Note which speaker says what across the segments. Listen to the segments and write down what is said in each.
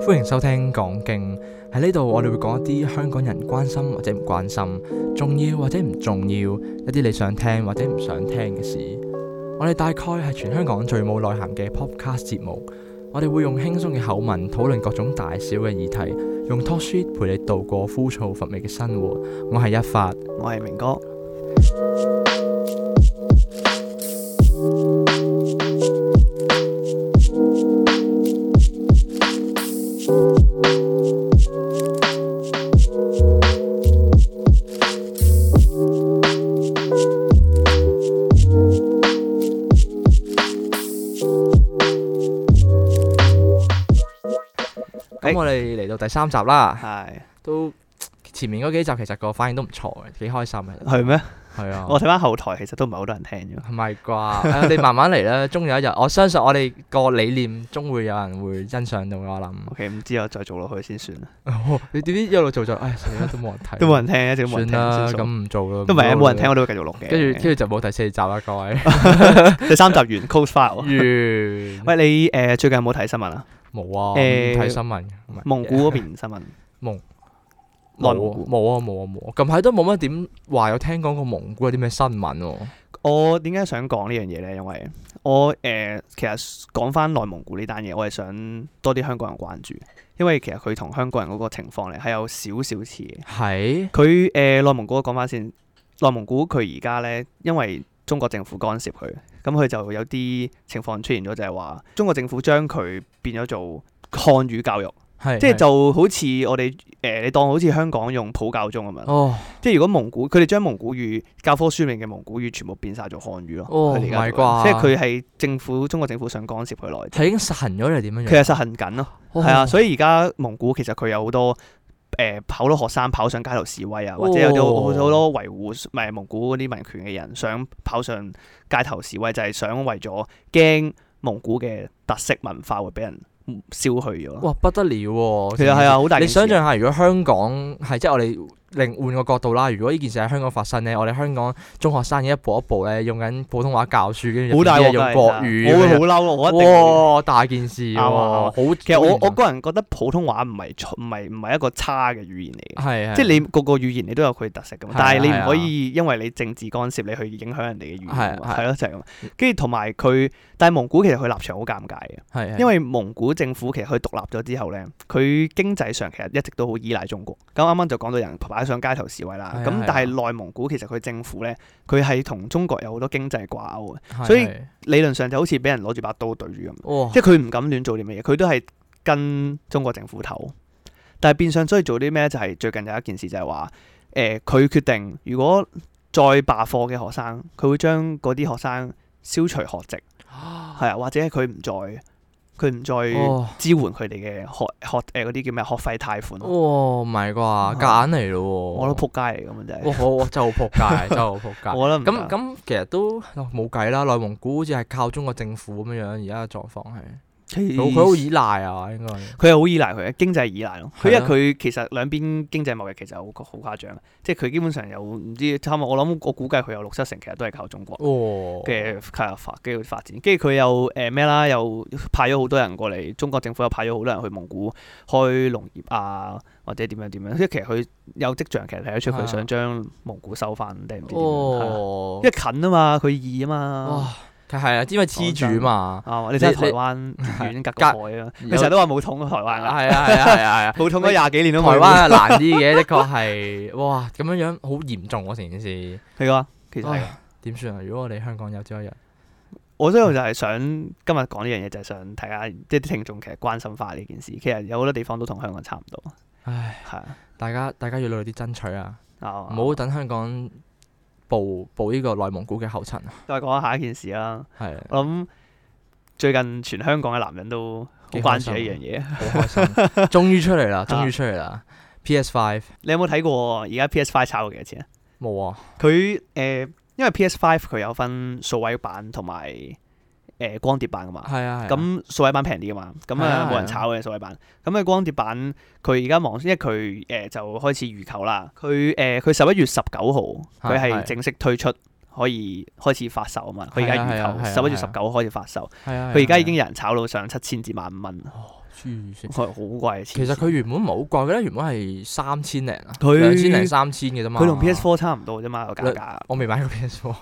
Speaker 1: 歡迎收聽講經喺呢度，我哋會講一啲香港人關心或者唔關心，重要或者唔重要，一啲你想聽或者唔想聽嘅事。我哋大概係全香港最冇內涵嘅 podcast 節目，我哋會用輕鬆嘅口吻討論各種大小嘅議題，用 talk shit 陪你度過枯燥乏味嘅生活。我係一發。
Speaker 2: 我係明哥，
Speaker 1: 咁
Speaker 2: 誒
Speaker 1: 我哋嚟到第三集啦，
Speaker 2: 係
Speaker 1: 都前面嗰幾集其實個反應都唔錯嘅，幾開心 嘅。
Speaker 2: 係咩？
Speaker 1: 係啊，
Speaker 2: 我睇翻後台其實都唔係好多人聽啫。
Speaker 1: 唔係啩？ 誒我哋慢慢嚟啦，終有一日，我相信我哋個理念終會有人會欣賞到嘅， 我諗。
Speaker 2: OK，唔知我再做落去先算啦，
Speaker 1: 你點知一路做就，唉死啦， 都冇人睇，
Speaker 2: 都冇人聽，一直都冇
Speaker 1: 算
Speaker 2: 人聽
Speaker 1: 啦，咁
Speaker 2: 先算。
Speaker 1: 唔做啦，
Speaker 2: 都唔係冇人聽，
Speaker 1: 做啦。
Speaker 2: 我都會繼續錄嘅。
Speaker 1: 跟 住跟住就冇第四集啦，各位。
Speaker 2: 第三集完 close file。
Speaker 1: 完
Speaker 2: 喂，你誒最近有冇睇新聞 啊？
Speaker 1: 冇啊，唔
Speaker 2: 誒
Speaker 1: 睇新聞嘅，唔係
Speaker 2: 蒙古嗰邊新聞，
Speaker 1: 冇
Speaker 2: 內蒙古
Speaker 1: 冇啊冇啊冇啊，近排都冇乜點話有聽講過蒙古有啲咩新聞喎。
Speaker 2: 我點解想講呢樣嘢咧？因為我誒、呃其實講翻內蒙古呢單嘢，我係想多啲香港人關注，因為其實佢同香港人嗰個情況咧係有少少似嘅。
Speaker 1: 係
Speaker 2: 佢誒、呃、內蒙古講翻先，內蒙古佢而家咧，因為中國政府干涉佢，咁佢就有啲情況出現咗，就係話中國政府將佢變咗做漢語教育，
Speaker 1: 係
Speaker 2: 即係就好似我哋誒、呃你當好似香港用普教中咁樣，
Speaker 1: 哦
Speaker 2: 即係如果蒙古佢哋將蒙古語教科書面嘅蒙古語全部變晒做漢語咯，
Speaker 1: 哦
Speaker 2: 佢哋而家做
Speaker 1: 唔係啩
Speaker 2: 緊即係佢係政府中國政府想干涉佢內地，
Speaker 1: 係已經實行咗定係點
Speaker 2: 其
Speaker 1: 樣樣？
Speaker 2: 實實行緊咯。
Speaker 1: 哦
Speaker 2: 係啊，所以而家蒙古其實佢有好多誒好多學生跑上街頭示威啊，或者有
Speaker 1: 哦
Speaker 2: 啲好好多維護唔係蒙古嗰啲民權嘅人想跑上街頭示威，就係、想為咗驚蒙古嘅特色文化會俾人消去咗。
Speaker 1: 哇不得了喎！
Speaker 2: 其實係啊，好大
Speaker 1: 你
Speaker 2: 件事啊
Speaker 1: 想象下，如果香港係即係我哋另換個角度啦，如果呢件事喺香港發生呢，我哋香港中學生已經一步一步咧用緊普通話教書，跟住
Speaker 2: 好大鑊
Speaker 1: 入
Speaker 2: 㗎
Speaker 1: 邊啲嘢用國語，
Speaker 2: 其實我會好嬲咯，我一定會。
Speaker 1: 哇大件事喎，
Speaker 2: 啱啊
Speaker 1: 好
Speaker 2: 其實我我個人覺得普通話唔係錯唔係唔係一個差嘅語言嚟嘅，
Speaker 1: 係
Speaker 2: 即係你個個語言你都有佢特色噶嘛，
Speaker 1: 係啊
Speaker 2: 但係你
Speaker 1: 係啊
Speaker 2: 唔可以因為你政治干涉你去影響人哋嘅語言啊
Speaker 1: 係啊
Speaker 2: 嘛，係咯就係咁。跟住同埋佢，但係蒙古其實佢立場好尷尬嘅，
Speaker 1: 係係
Speaker 2: 因為蒙古政府其實佢獨立咗之後咧，佢經濟上其實一直都好依賴中國。咁啱啱就講到人擺上街頭示威啦
Speaker 1: 係啊，
Speaker 2: 咁
Speaker 1: 係啊
Speaker 2: 但係內蒙古其實佢政府咧，佢係同中國有好多經濟掛鈎嘅，
Speaker 1: 係
Speaker 2: 所以
Speaker 1: 係
Speaker 2: 理論上就好似俾人攞住把刀對住咁。
Speaker 1: 哇
Speaker 2: 即係佢唔敢亂做啲乜嘢，佢都係跟中國政府頭。但係變相所以做啲咩呢就係、最近有一件事就係話，誒、佢決定如果再罷課嘅學生，佢會將嗰啲學生消除學籍，係啊，或者佢唔再佢唔再
Speaker 1: 哇
Speaker 2: 支援佢哋嘅學學誒嗰啲叫咩學費貸款咯，
Speaker 1: 哇唔係啩，夾硬嚟咯喎！
Speaker 2: 我覺得撲街嚟咁啊真
Speaker 1: 哇
Speaker 2: 係，
Speaker 1: 好我真係好 撲街，真係好撲街。
Speaker 2: 我覺得
Speaker 1: 哦咁咁其實都哦冇計啦，內蒙古好似係靠中國政府咁樣樣，而家嘅狀況係。佢佢好
Speaker 2: 咁，
Speaker 1: 依賴啊，應該係。
Speaker 2: 佢係好依賴佢嘅經濟依賴咯，
Speaker 1: 係
Speaker 2: 因
Speaker 1: 啊
Speaker 2: 為佢其實兩邊經濟貿易其實好好誇張，即係佢基本上有唔知差唔多，我諗我估計佢有六七成其實都係靠中國
Speaker 1: 哦。
Speaker 2: 嘅嘅發嘅發展，跟住佢又誒咩啦，又派咗好多人過嚟，中國政府又派咗好多人去蒙古開農業啊，或者點樣點樣，即係其實佢有跡象，其實睇得出
Speaker 1: 係啊
Speaker 2: 佢想將蒙古收翻定唔知點樣，係啊
Speaker 1: 哦
Speaker 2: 因。為近啊嘛，佢易啊嘛，
Speaker 1: 哇，係係啊，因為黐住嘛，
Speaker 2: 啱啊，你睇下
Speaker 1: 你
Speaker 2: 台 灣遠隔
Speaker 1: 隔
Speaker 2: 個海啊，
Speaker 1: 有
Speaker 2: 佢成日都話冇統過台
Speaker 1: 係
Speaker 2: 灣啊。
Speaker 1: 啊係啊係啊係啊，
Speaker 2: 冇統咗廿幾 年
Speaker 1: 台
Speaker 2: 都冇。
Speaker 1: 灣啊 難啲嘅，的確係，哇咁樣樣好嚴重喎成件事，
Speaker 2: 係啊，其實係㗎
Speaker 1: 唉點算啊？如果我哋香港有朝一日，
Speaker 2: 我所以我就係想今日講呢樣嘢，就係想大家即係啲聽眾其實關心化呢件事。其實有好多地方都同香港差唔多，
Speaker 1: 唉，
Speaker 2: 係啊
Speaker 1: 大家大家要努力啲爭取啊，
Speaker 2: 啊。
Speaker 1: 唔好等香港步步呢個內蒙古嘅後塵啊，
Speaker 2: 再講下一件事啦。
Speaker 1: 係
Speaker 2: 我諗最近全香港嘅男人都好
Speaker 1: 幾
Speaker 2: 關
Speaker 1: 開
Speaker 2: 注
Speaker 1: 心啊
Speaker 2: 呢樣嘢。
Speaker 1: 好 開心，終於出嚟啦，終於出嚟啦，PS Five
Speaker 2: 你有冇睇過而家 PS Five 炒過幾多錢啊？
Speaker 1: 冇啊，
Speaker 2: 佢誒、呃因為 PS Five 佢有分數位版同埋誒光碟版噶嘛。
Speaker 1: 係啊，係啊
Speaker 2: 咁數位版平啲噶嘛，咁
Speaker 1: 係啊
Speaker 2: 啊
Speaker 1: 係啊
Speaker 2: 冇人炒嘅數位版。咁嘅光碟版佢而家網，因為佢誒、呃就開始預購啦。佢誒佢十一月十九號
Speaker 1: 係
Speaker 2: 佢
Speaker 1: 係
Speaker 2: 係正式推出，可以開始發售啊嘛。佢而家
Speaker 1: 係啊係啊係啊
Speaker 2: 預
Speaker 1: 係啊
Speaker 2: 購十一月十九開始發售，
Speaker 1: 係啊，
Speaker 2: 佢而
Speaker 1: 係
Speaker 2: 家
Speaker 1: 啊
Speaker 2: 已經有人炒到上七千至萬五蚊。
Speaker 1: 哦黐線
Speaker 2: 係好貴。啊
Speaker 1: 其實佢原本唔係好貴，我記得原本係三千零啊，
Speaker 2: 佢
Speaker 1: 兩千零三千嘅啫嘛。
Speaker 2: 佢同 PS Four 差唔多啫嘛，個價格。
Speaker 1: 我未買過 PS Four，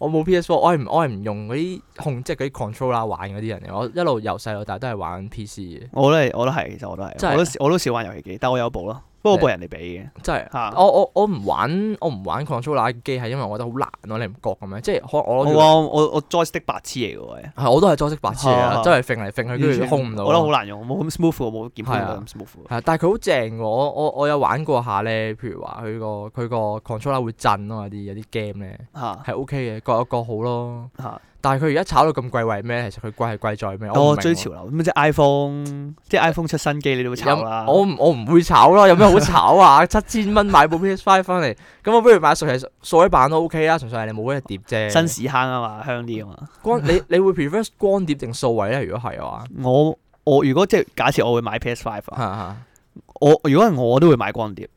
Speaker 1: 我 冇 PS Four，我係唔我係唔用嗰啲控即係嗰啲 controller 玩嗰啲人嚟，我一路由細到大都係玩 PC 嘅，
Speaker 2: 我都係，我都係，其實我都係，
Speaker 1: 真係
Speaker 2: 我都我都少玩遊戲機，但我有部咯，不過部
Speaker 1: 你
Speaker 2: 人哋俾嘅。
Speaker 1: 真係。
Speaker 2: 嚇
Speaker 1: 我我我唔玩我唔玩 controller 機係因為我覺得好難咯，你唔覺嘅咩？即係可我攞
Speaker 2: 我
Speaker 1: 住
Speaker 2: 我我我 joystick 白痴嚟嘅喎，係
Speaker 1: 係我都係裝飾白痴嚟
Speaker 2: 啊
Speaker 1: 啦，
Speaker 2: 啊
Speaker 1: 真係揈嚟揈去，跟住控唔到。啊
Speaker 2: 我覺得好難用，冇咁 smooth 喎，冇鍵
Speaker 1: 係
Speaker 2: 盤
Speaker 1: 啊
Speaker 2: 咁 smooth 喎。
Speaker 1: 係，但係佢好正喎！我我我有玩過下咧，譬如話佢個佢個 controller 會震咯，有啲有啲 game 咧
Speaker 2: 嚇
Speaker 1: 係啊 OK 嘅，各有各好咯。
Speaker 2: 嚇，
Speaker 1: 但係佢而家炒到咁貴為咩？其實佢貴係貴在咩？我唔
Speaker 2: 我
Speaker 1: 明
Speaker 2: 追
Speaker 1: 喎
Speaker 2: 潮流咁即係 iPhone，即係 iPhone 出新機你都會炒啊啦。
Speaker 1: 有我唔我唔會炒啦，有咩好炒啊？ 七千蚊買部 PS Five 翻嚟，咁我不如買數係數位版都 OK 啊，純粹係你冇嗰隻碟啫。
Speaker 2: 新屎坑啊嘛，香啲啊嘛。
Speaker 1: 光你你會 prefer 光碟定數位咧？如果係嘅 話，
Speaker 2: 我我如果即係假設我會買 PS Five 啊，
Speaker 1: 嚇嚇
Speaker 2: 我如果係我都會買光碟，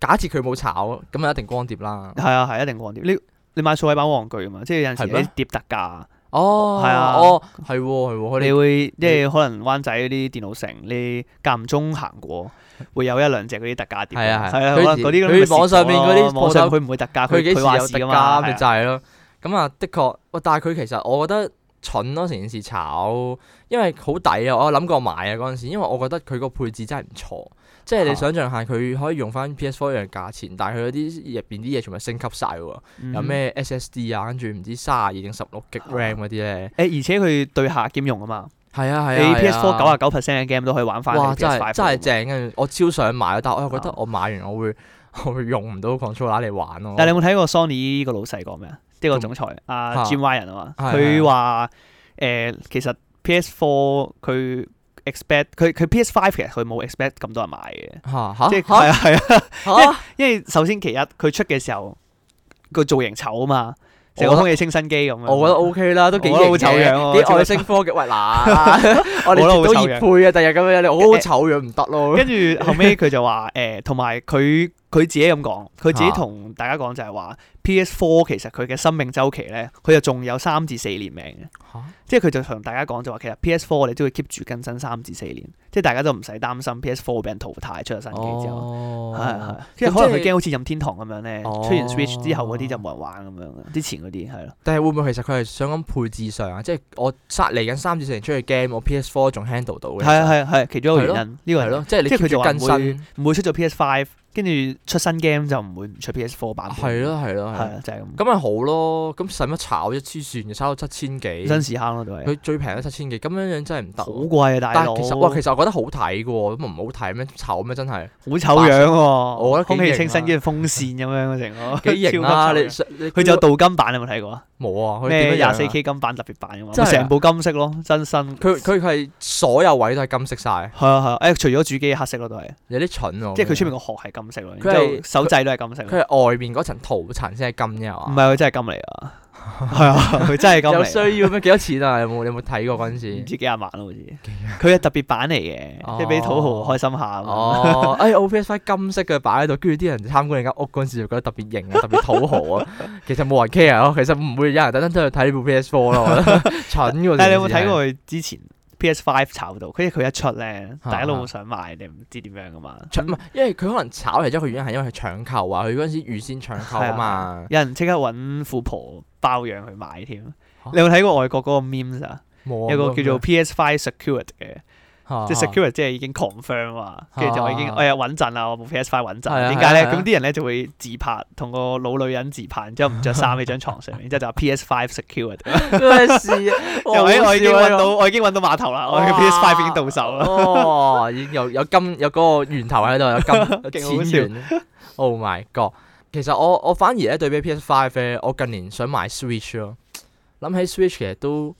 Speaker 1: 假設佢冇炒，咁就一定光碟啦。
Speaker 2: 係啊係一定光碟。你你買數位版玩具啊嘛，即係有陣時
Speaker 1: 係咩
Speaker 2: 啲碟特價，
Speaker 1: 哦，
Speaker 2: 係啊
Speaker 1: 哦，係喎係喎，佢
Speaker 2: 你
Speaker 1: 哋
Speaker 2: 會即係可能灣仔嗰啲電腦城，你間唔中行過會有一兩隻嗰啲特價碟，
Speaker 1: 係啊係
Speaker 2: 係啊，
Speaker 1: 佢
Speaker 2: 可能
Speaker 1: 以前
Speaker 2: 嗰啲咁
Speaker 1: 佢
Speaker 2: 咪蝕咗
Speaker 1: 網上面嗰啲
Speaker 2: 咯網上
Speaker 1: 鋪頭
Speaker 2: 佢唔會特價，
Speaker 1: 佢
Speaker 2: 啊佢
Speaker 1: 幾時
Speaker 2: 佢話
Speaker 1: 有
Speaker 2: 事
Speaker 1: 特
Speaker 2: 㗎嘛，
Speaker 1: 價
Speaker 2: 係
Speaker 1: 咪
Speaker 2: 啊
Speaker 1: 就係咯。咁啊，的確，喂，但係佢其實我覺得蠢咯，成件事炒，因為好抵啊！我有諗過買啊嗰陣時，因為我覺得佢個配置真係唔錯，即係你
Speaker 2: 啊
Speaker 1: 想象下佢可以用翻 PS4 一樣價錢，但係佢嗰啲入邊啲嘢全部升級晒喎，有
Speaker 2: 嗯
Speaker 1: 咩 SSD 啊，跟住唔知三廿二定十六 G RAM 嗰啲咧，
Speaker 2: 嗯誒，而且佢對下兼容啊嘛，
Speaker 1: 係啊
Speaker 2: 啊你
Speaker 1: 係啊，
Speaker 2: PS Four 九
Speaker 1: 啊
Speaker 2: 啊，九 percent 嘅 game 都可以玩翻。
Speaker 1: 哇！真係
Speaker 2: 係
Speaker 1: 真係正嘅，我超想買，但係我又覺得
Speaker 2: 啊
Speaker 1: 我買完我會 我會用唔到 controller 嚟玩咯。
Speaker 2: 但係你有冇睇過 Sony 個老細講咩啊？即係個
Speaker 1: 咁
Speaker 2: 總裁
Speaker 1: 嚇
Speaker 2: 阿 Jim Ryan 啊嘛，
Speaker 1: 係係
Speaker 2: 佢話誒其實 PS Four 佢 expect 佢佢 PS Five 其實佢冇 expect 咁多人買嘅，
Speaker 1: 嚇嚇
Speaker 2: 即係
Speaker 1: 嚇
Speaker 2: 係啊係啊，
Speaker 1: 嚇
Speaker 2: 因為首先其一佢出嘅時候個造型醜啊嘛，成
Speaker 1: 我覺得
Speaker 2: 個空氣清新機咁樣。
Speaker 1: 我覺得 O K 啦，都幾型
Speaker 2: 我覺得好醜樣
Speaker 1: 嘅，
Speaker 2: 喎
Speaker 1: 幾
Speaker 2: 超級
Speaker 1: 外星科技。喂 嗱，我哋
Speaker 2: 我覺得好
Speaker 1: 都
Speaker 2: 醜
Speaker 1: 熱配啊！第日咁樣你好好醜樣唔得咯。
Speaker 2: 跟住後尾佢就話誒，同埋佢佢自己咁講，佢自己
Speaker 1: 啊
Speaker 2: 同大家講就係話 PS Four 其實佢嘅生命周期咧，佢就仲有三至四年命嘅，
Speaker 1: 哦
Speaker 2: 即係佢就同大家講就話其實 PS Four 你都會 keep 住更新三至四年，即係大家都唔使擔心 PS Four 俾人淘汰出咗新機之後。係係
Speaker 1: 哦，，
Speaker 2: 即係可能
Speaker 1: 咁
Speaker 2: 佢
Speaker 1: 即係
Speaker 2: 驚好似任天堂咁樣咧，
Speaker 1: 哦
Speaker 2: 出完 Switch 之後嗰啲就冇人玩咁樣啦，之前嗰啲係咯，
Speaker 1: 但係會唔會其實佢係想講配置上啊？即係我殺嚟緊三至四年出嘅 game，我 PS Four 仲 handle 到嘅。
Speaker 2: 係啊係啊係啊其中一個原因，呢個
Speaker 1: 係
Speaker 2: 係
Speaker 1: 咯
Speaker 2: 咯，，
Speaker 1: 即係你
Speaker 2: 即係佢
Speaker 1: keep
Speaker 2: 就
Speaker 1: 住
Speaker 2: 話
Speaker 1: 更
Speaker 2: 唔
Speaker 1: 新。
Speaker 2: 會
Speaker 1: 係
Speaker 2: 唔會出咗 PS Five，跟住出新 game 就唔會唔出 PS Four 版本。
Speaker 1: 咯係咯
Speaker 2: 係
Speaker 1: 係咯。
Speaker 2: 啊，就係咁。
Speaker 1: 咁咪好咯，咁使乜炒啫？黐線嘅，炒到七千
Speaker 2: 新
Speaker 1: 幾，
Speaker 2: 時坑咯，都係
Speaker 1: 佢最平都七千幾，咁樣樣真係唔得
Speaker 2: 好
Speaker 1: 喎。
Speaker 2: 貴啊，大
Speaker 1: 但
Speaker 2: 佬。
Speaker 1: 係其實哇，其實我覺得好睇嘅喎，咁唔好睇咩？醜咩？真 係
Speaker 2: 好醜樣喎，
Speaker 1: 我覺得幾
Speaker 2: 空氣清
Speaker 1: 型
Speaker 2: 新
Speaker 1: 啊
Speaker 2: 跟住風扇咁樣嘅成 個，
Speaker 1: 幾型啊！
Speaker 2: 超級
Speaker 1: 你
Speaker 2: 醜樣
Speaker 1: 你
Speaker 2: 佢就鍍金版，你有冇睇過啊？
Speaker 1: 冇啊，佢點樣樣
Speaker 2: 咩
Speaker 1: 啊
Speaker 2: 廿四 K 金版特別版嘅嘛，
Speaker 1: 真係啊
Speaker 2: 成部金色咯，真身。係
Speaker 1: 佢佢係所有位都係金色晒，
Speaker 2: 啊係啊，誒除咗主機黑色咯都係，
Speaker 1: 有啲蠢喎。
Speaker 2: 即係佢出面個殼係金色咯，然
Speaker 1: 哦佢係
Speaker 2: 之後手掣都係金色咯。
Speaker 1: 佢係外面嗰層塗層先係金啫
Speaker 2: 唔
Speaker 1: 嘛。
Speaker 2: 係佢真係金嚟 啊，係啊，佢真係金
Speaker 1: 有
Speaker 2: 嚟啊。
Speaker 1: 需要咩？幾多錢啊？有冇你有冇睇過嗰陣
Speaker 2: 唔
Speaker 1: 時？
Speaker 2: 知幾廿萬咯，好似佢係特別版嚟嘅，即係俾土豪開心下咁樣。
Speaker 1: 哦， 哎，O P S 金色嘅擺喺度，跟住啲人參觀你間屋嗰陣時就覺得特別型 啊，特別土豪啊。其實冇人 care 咯，其實唔會有人特登走去睇呢部 P S Four 咯，我覺得 蠢嘅。
Speaker 2: 但係你有冇睇
Speaker 1: 過？
Speaker 2: 過佢之前 PS Five 炒到？跟住佢一出咧，
Speaker 1: 啊
Speaker 2: 大家都好想買，你唔知點樣噶嘛？
Speaker 1: 搶唔係，因為佢可能炒其中一個原因係因為佢搶購啊，佢嗰陣時預先搶購啊嘛。
Speaker 2: 有人即刻揾富婆包養去買添。
Speaker 1: 嚇
Speaker 2: 你有冇睇過外國嗰個 memes 啊？
Speaker 1: 冇啊
Speaker 2: 有個叫做
Speaker 1: 冇
Speaker 2: PS Five Secured 嘅，
Speaker 1: 啊
Speaker 2: 即係 secured 即係已經 confirm 啊，
Speaker 1: 嚇
Speaker 2: 跟住就已經誒穩陣啦，我部 PS Five 穩
Speaker 1: 係啊
Speaker 2: 陣。點解咧？
Speaker 1: 係啊
Speaker 2: 咁啲人咧就會自拍，同個老女人自拍，然之後唔着衫喺張床上面，然之後 就話 PS Five Secured。
Speaker 1: 咩事 啊？
Speaker 2: 就
Speaker 1: 好
Speaker 2: 誒，我已經
Speaker 1: 笑啊
Speaker 2: 揾
Speaker 1: 呢個
Speaker 2: 到，我已經揾到碼頭啦，我嘅 PS Five 已經到手啦。
Speaker 1: 哦，已經有有金有嗰個源頭喺 度，有金有錢源。Oh my god！其實我我反而咧對比 PS Five 咧，我近年想買 Switch 咯。諗起 Switch 其實都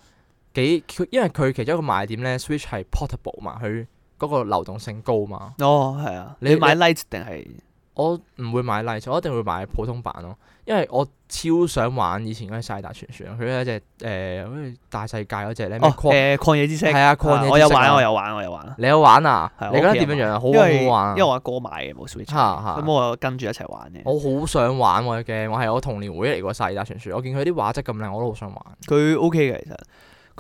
Speaker 1: 幾，佢因為佢其中一個賣點咧，Switch 係 portable 嘛，佢嗰個流動性高嘛。
Speaker 2: 哦，係啊，
Speaker 1: 你
Speaker 2: 你買 Lite 定係？
Speaker 1: 我唔會買 Lite，我一定會買普通版咯，因為我超想玩以前嗰啲《晒達傳說》，佢有一隻誒好似大世界嗰只咧，咩
Speaker 2: 哦，
Speaker 1: 擴
Speaker 2: 誒曠野之息，
Speaker 1: 係啊曠野之息啊
Speaker 2: 我有玩，我有玩，我有 玩。
Speaker 1: 你有玩啊？
Speaker 2: 係
Speaker 1: 你覺得
Speaker 2: 我屋企
Speaker 1: 點
Speaker 2: 人
Speaker 1: 樣樣啊？好
Speaker 2: 因
Speaker 1: 好
Speaker 2: 為
Speaker 1: 好玩啊
Speaker 2: 因為！我阿哥買嘅冇 Switch，
Speaker 1: 嚇 嚇
Speaker 2: 咁我跟住一齊玩嘅。
Speaker 1: 我好想玩喎嘅，我係我童年回憶嚟個《世達傳說》，我見佢啲畫質咁靚，我都好想玩。
Speaker 2: 佢 OK 嘅其實，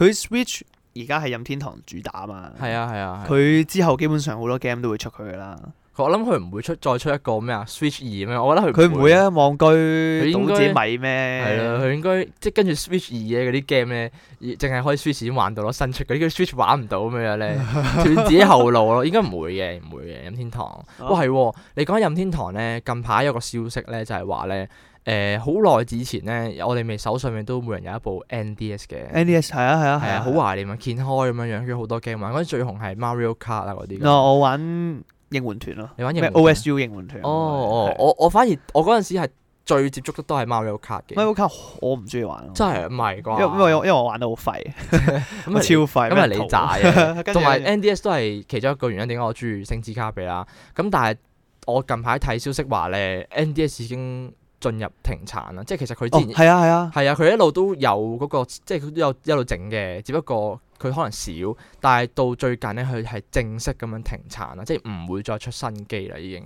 Speaker 2: 佢 Switch 而家係任天堂主打啊嘛。
Speaker 1: 係啊係啊，係啊
Speaker 2: 佢之後基本上好多 game 都會出佢噶啦。
Speaker 1: 我諗佢唔會出再出一個咩啊 Switch 二咩？我覺得佢
Speaker 2: 佢唔會！啊，望居
Speaker 1: 應
Speaker 2: 倒
Speaker 1: 該
Speaker 2: 自己米
Speaker 1: 係
Speaker 2: 咩？
Speaker 1: 啦，佢應該即係跟住 Switch 二嘅嗰啲 game 咧，而淨係可以 Switch 已經玩到咯，新出嗰啲 Switch 玩唔到咁樣咧， 斷自己後路咯。應該唔會嘅，唔會嘅。任天堂，
Speaker 2: 哦
Speaker 1: 哇係喎，你講起任天堂咧，近排有個消息咧，就係話咧，誒好耐之前咧，我哋咪手上面都每人有一部 NDS 嘅。
Speaker 2: NDS 係啊係啊
Speaker 1: 係啊，好懷念啊，掀開咁樣樣，跟住好多 game 玩。嗰陣最紅係 Mario Kart 啊嗰啲咁。
Speaker 2: 哦，我玩應援團咯，
Speaker 1: 你玩
Speaker 2: 咩
Speaker 1: 英文版
Speaker 2: OSU 應援團。啊
Speaker 1: 哦哦，
Speaker 2: 係
Speaker 1: 我我反而我嗰陣時係最接觸得都係 Mario Kart 嘅。
Speaker 2: Mario Kart 我唔中意玩咯，啊
Speaker 1: 真係唔係
Speaker 2: 因
Speaker 1: 啩？
Speaker 2: 為因為我因為我玩得好廢，
Speaker 1: 咁啊
Speaker 2: 我
Speaker 1: 咪
Speaker 2: 超廢，
Speaker 1: 咁咪你渣嘅
Speaker 2: 跟住
Speaker 1: 同埋 NDS 都係其中一個原因，點解我中意星之卡比啦？咁但係我近排睇消息話咧，NDS 已經進入停產啦，即係其實佢
Speaker 2: 哦
Speaker 1: 之前
Speaker 2: 係啊係啊，
Speaker 1: 係啊，佢一路都有嗰、個，即係佢都有一路整嘅，只不過佢可能少，但係到最近咧，佢係正式咁樣停產啦，即係唔會再出新機啦，已經。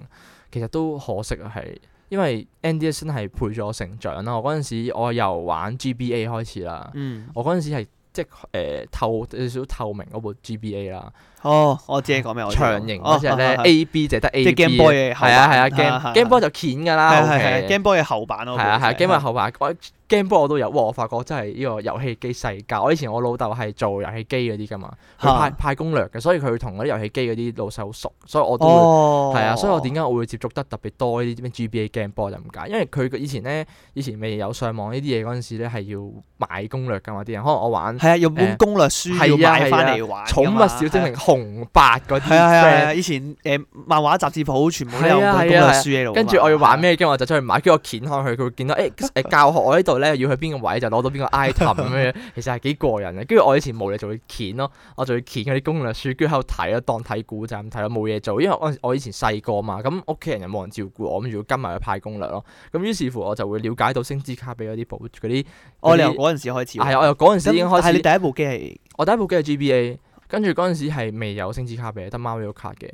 Speaker 1: 其實都可惜啊，係因為 NDS 真係陪咗我成長啦。我嗰陣時我由玩 GBA 開始啦，
Speaker 2: 嗯，
Speaker 1: 我嗰陣時係即係誒、呃透有少少透明嗰部 GBA 啦，
Speaker 2: 哦，我知你講咩，我知
Speaker 1: 長形
Speaker 2: 哦
Speaker 1: 嗰只咧
Speaker 2: 係係係
Speaker 1: A B 就係得 A
Speaker 2: 即
Speaker 1: B，
Speaker 2: 係 Game Boy 嘅後
Speaker 1: 係啊係啊
Speaker 2: 版啊係
Speaker 1: ，Game
Speaker 2: 啊
Speaker 1: Game Boy 就鉗㗎啦
Speaker 2: 係
Speaker 1: ，OK，
Speaker 2: 係係 Game Boy 嘅後版咯，
Speaker 1: 係啊係啊
Speaker 2: 其實
Speaker 1: ，Game Boy 後排我 Game Boy 我都有，哇！我發覺真係呢個遊戲機世界。我以前我老豆係做遊戲機嗰啲噶嘛，佢
Speaker 2: 嚇
Speaker 1: 派派攻略嘅，所以佢同嗰啲遊戲機嗰啲老細好熟，所以我都會
Speaker 2: 哦，
Speaker 1: 係啊，所以我點解我會接觸得特別多呢啲咩 GBA Game Boy 就唔解，因為佢以前咧以前未有上網呢啲嘢嗰陣時咧係要買攻略噶嘛，啲人可能我玩
Speaker 2: 係啊，用本
Speaker 1: 誒
Speaker 2: 攻略書
Speaker 1: 係啊
Speaker 2: 要買
Speaker 1: 係
Speaker 2: 翻
Speaker 1: 啊
Speaker 2: 嚟玩㗎
Speaker 1: 寵物
Speaker 2: 嘛啊
Speaker 1: 小精靈紅白嗰啲
Speaker 2: 係啊係啊係
Speaker 1: friend，
Speaker 2: 啊！以前誒漫畫雜誌鋪全部都有
Speaker 1: 係啊係
Speaker 2: 本攻略
Speaker 1: 啊
Speaker 2: 書喺度㗎嘛。
Speaker 1: 跟住我要玩咩 game 我就出去買，跟住我掀開佢，佢會見到 誒誒、教學我呢度咧要去邊個位就攞到邊個 item 咁樣，其實係幾過癮嘅。啊跟住我以前無理就會掀咯，我就會掀嗰啲攻略書，跟住喺度睇咯，當睇古仔咁睇咯，冇嘢做。因為我我以前細個嘛，咁屋企人又冇人照顧我，咁要跟埋去派攻略咯。咁於是乎我就會了解到星之卡比嗰啲寶嗰啲，
Speaker 2: 我哦哋
Speaker 1: 嗰啲
Speaker 2: 由嗰陣時開始玩。
Speaker 1: 係我由啊嗰陣時
Speaker 2: 咁
Speaker 1: 已經開
Speaker 2: 但係你
Speaker 1: 始，
Speaker 2: 第一部機係
Speaker 1: 我第一部機係 GBA，跟住嗰陣時係未有星之卡比，得 Mario 卡嘅。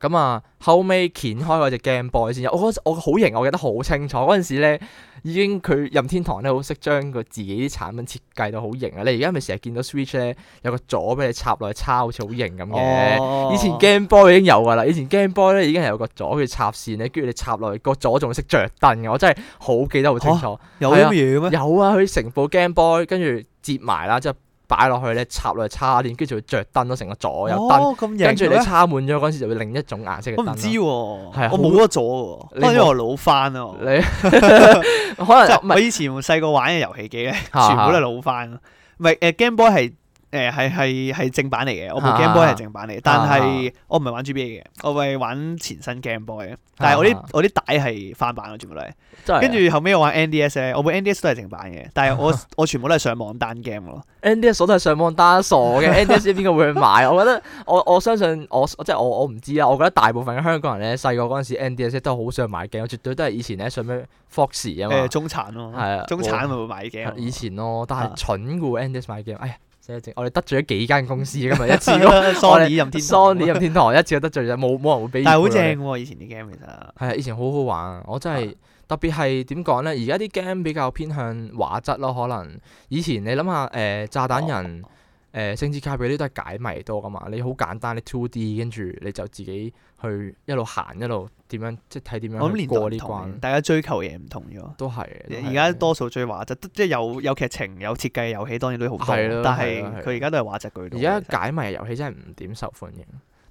Speaker 1: 咁啊，後尾掀開嗰只 Game Boy 先有，我嗰我好型，我記得好清楚。嗰陣時咧，已經佢任天堂咧好識將佢自己啲產品設計到好型啊！你而家咪成日見到 Switch 咧有個座俾你插落去叉，好似好型咁嘅。
Speaker 2: 哦
Speaker 1: 以前 Game Boy 已經有㗎啦，以前 Game Boy 咧已經係有個座，跟住插線咧，跟住你插落去個座仲識着燈嘅，我真係好記得好清楚。
Speaker 2: 有
Speaker 1: 係
Speaker 2: 咁
Speaker 1: 啊
Speaker 2: 嘢嘅咩？
Speaker 1: 有啊，佢成部 Game Boy 跟住折埋啦，之後擺落去咧，插落去叉電，跟住就會着燈咯，成個左有燈，
Speaker 2: 哦，咁型
Speaker 1: 跟住
Speaker 2: 嘅
Speaker 1: 你
Speaker 2: 咩
Speaker 1: 插滿咗嗰陣時就會另一種顏色嘅
Speaker 2: 我
Speaker 1: 燈
Speaker 2: 唔
Speaker 1: 咯。
Speaker 2: 知
Speaker 1: 你
Speaker 2: 喎，
Speaker 1: 係啊
Speaker 2: 我
Speaker 1: 好
Speaker 2: 冇咗咗
Speaker 1: 你
Speaker 2: 喎，當然
Speaker 1: 冇
Speaker 2: 我老啊翻咯。
Speaker 1: 可能
Speaker 2: 即係
Speaker 1: 啊唔
Speaker 2: 我
Speaker 1: 係
Speaker 2: 以前細個玩嘅遊戲機咧，
Speaker 1: 啊
Speaker 2: 全部都係老翻咯。唔係誒 Game Boy 係誒係係係正版嚟嘅，
Speaker 1: 啊
Speaker 2: 我部 Game Boy 係正版嚟嘅，但係我唔係玩 GBA 嘅，我係玩前身 Game Boy 嘅。但係我啲
Speaker 1: 啊
Speaker 2: 我啲帶係翻版咯，全部都係。
Speaker 1: 真係啊
Speaker 2: 跟住後尾我玩 NDS 咧，我部 NDS 都係正版嘅，但 係我我全部都係上網單 game 咯。
Speaker 1: NDS 我都係上網單傻嘅 ，NDS 邊個會去買？我覺得我我相信我即係我我唔知啊，我覺得大部分嘅香港人咧細個嗰陣時 NDS 都好想買 game，絕對都係以前咧上咩 Fox 啊
Speaker 2: 誒
Speaker 1: 嘛，
Speaker 2: 中產咯，
Speaker 1: 係啊
Speaker 2: 中產咪會買 game 咯。
Speaker 1: 以前咯，但
Speaker 2: 啊
Speaker 1: 係蠢嘅喎 NDS 買 game，哎呀死啦！我哋得罪咗幾間公司今日一次咯。
Speaker 2: Sony 任天堂
Speaker 1: Sony 任天堂一次就得罪就冇冇人會俾。啊
Speaker 2: 但係好正。喎，以前啲 game 其實。
Speaker 1: 係啊，以前好好玩啊，我真係特別係點講咧？而家啲 game 比較偏向畫質咯，可能以前你諗下誒炸彈人。
Speaker 2: 哦
Speaker 1: 誒星之卡比嗰啲都係解謎多噶嘛，你好簡單，你 two D 跟住你就自己去一路行一路點樣，即係睇點
Speaker 2: 我
Speaker 1: 樣
Speaker 2: 諗
Speaker 1: 去
Speaker 2: 年代
Speaker 1: 過呢
Speaker 2: 唔同
Speaker 1: 關，
Speaker 2: 大家追求嘢唔同咗。
Speaker 1: 都係嘅。都係
Speaker 2: 而家
Speaker 1: 嘅
Speaker 2: 多數追畫質，即係有有劇情、有設計、遊戲，當然都好多。
Speaker 1: 係咯
Speaker 2: 但
Speaker 1: 係咯係咯
Speaker 2: 係佢而家都係畫質居多。
Speaker 1: 而家
Speaker 2: 其實
Speaker 1: 解謎遊戲真係唔點受歡迎，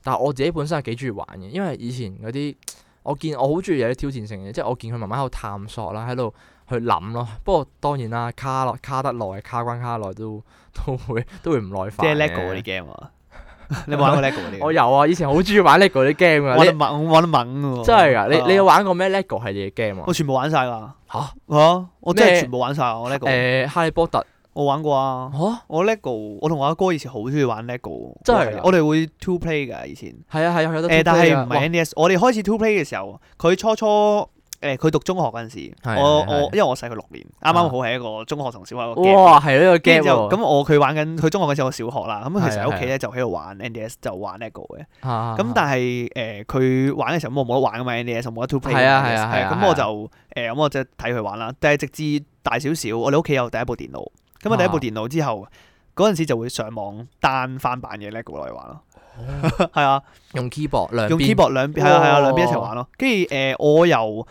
Speaker 1: 但係我自己本身係幾中意玩嘅，因為以前嗰啲我見我好中意有啲挑戰性嘅，即係我見佢慢慢喺度探索啦，喺度去諗咯。不過當然啦，卡落卡得耐，卡關卡耐都 都會都會唔耐煩。
Speaker 2: 即係 LEGO 嗰啲 game 啊， 你有冇玩過 LEGO 嗰啲？
Speaker 1: 我有啊，以前好中意玩 LEGO 啲 game
Speaker 2: 玩得
Speaker 1: 㗎，
Speaker 2: 猛，玩得猛
Speaker 1: 你
Speaker 2: 喎。
Speaker 1: 真係㗎，
Speaker 2: 啊
Speaker 1: 你你有玩過咩 LEGO 系列嘅 game 啊
Speaker 2: 我？全部玩晒㗎。
Speaker 1: 嚇
Speaker 2: 嚇！我真係
Speaker 1: 咩
Speaker 2: 全部玩晒啊！我 LEGO，
Speaker 1: 誒哈利波特
Speaker 2: 我玩過啊。
Speaker 1: 嚇
Speaker 2: 我 LEGO，我同我阿哥以前好中意玩 LEGO，
Speaker 1: 真係㗎
Speaker 2: 我哋會 two play 㗎以前。
Speaker 1: 係啊係啊，有得
Speaker 2: 誒，但係唔
Speaker 1: 係
Speaker 2: 係 NDS。我哋開始 two play 嘅時候，佢初初誒佢讀中學嗰陣時，
Speaker 1: 係
Speaker 2: 我
Speaker 1: 係
Speaker 2: 我因為我細佢六年，啱啱
Speaker 1: 啊
Speaker 2: 好係一個中學同小學嘅 gap。
Speaker 1: 哇係呢個
Speaker 2: 跟住
Speaker 1: game
Speaker 2: 之後，
Speaker 1: 喎
Speaker 2: 咁我佢玩緊，佢中學嗰時候我小學啦，咁佢
Speaker 1: 係
Speaker 2: 其實
Speaker 1: 啊
Speaker 2: 喺屋企
Speaker 1: 係
Speaker 2: 咧就喺度玩 NDS，就玩 LEGO 嘅。
Speaker 1: 啊
Speaker 2: 咁但係誒佢玩嘅時候，咁我冇得玩噶嘛 NDS，我冇得 two play 㗎嘛。
Speaker 1: 係啊係啊
Speaker 2: NDS
Speaker 1: 係啊
Speaker 2: 咁我就誒咁我就睇佢玩啦。但係直至大少少，我哋屋企有第一部電腦，咁啊第一部電腦之後，嗰陣時就會上網單翻版嘢 LEGO 嚟玩咯。 係啊，
Speaker 1: 用 keyboard 哦兩
Speaker 2: 用
Speaker 1: 邊哦
Speaker 2: keyboard 兩邊係啊係啊
Speaker 1: 哇
Speaker 2: 兩邊一齊玩咯。跟住誒，我由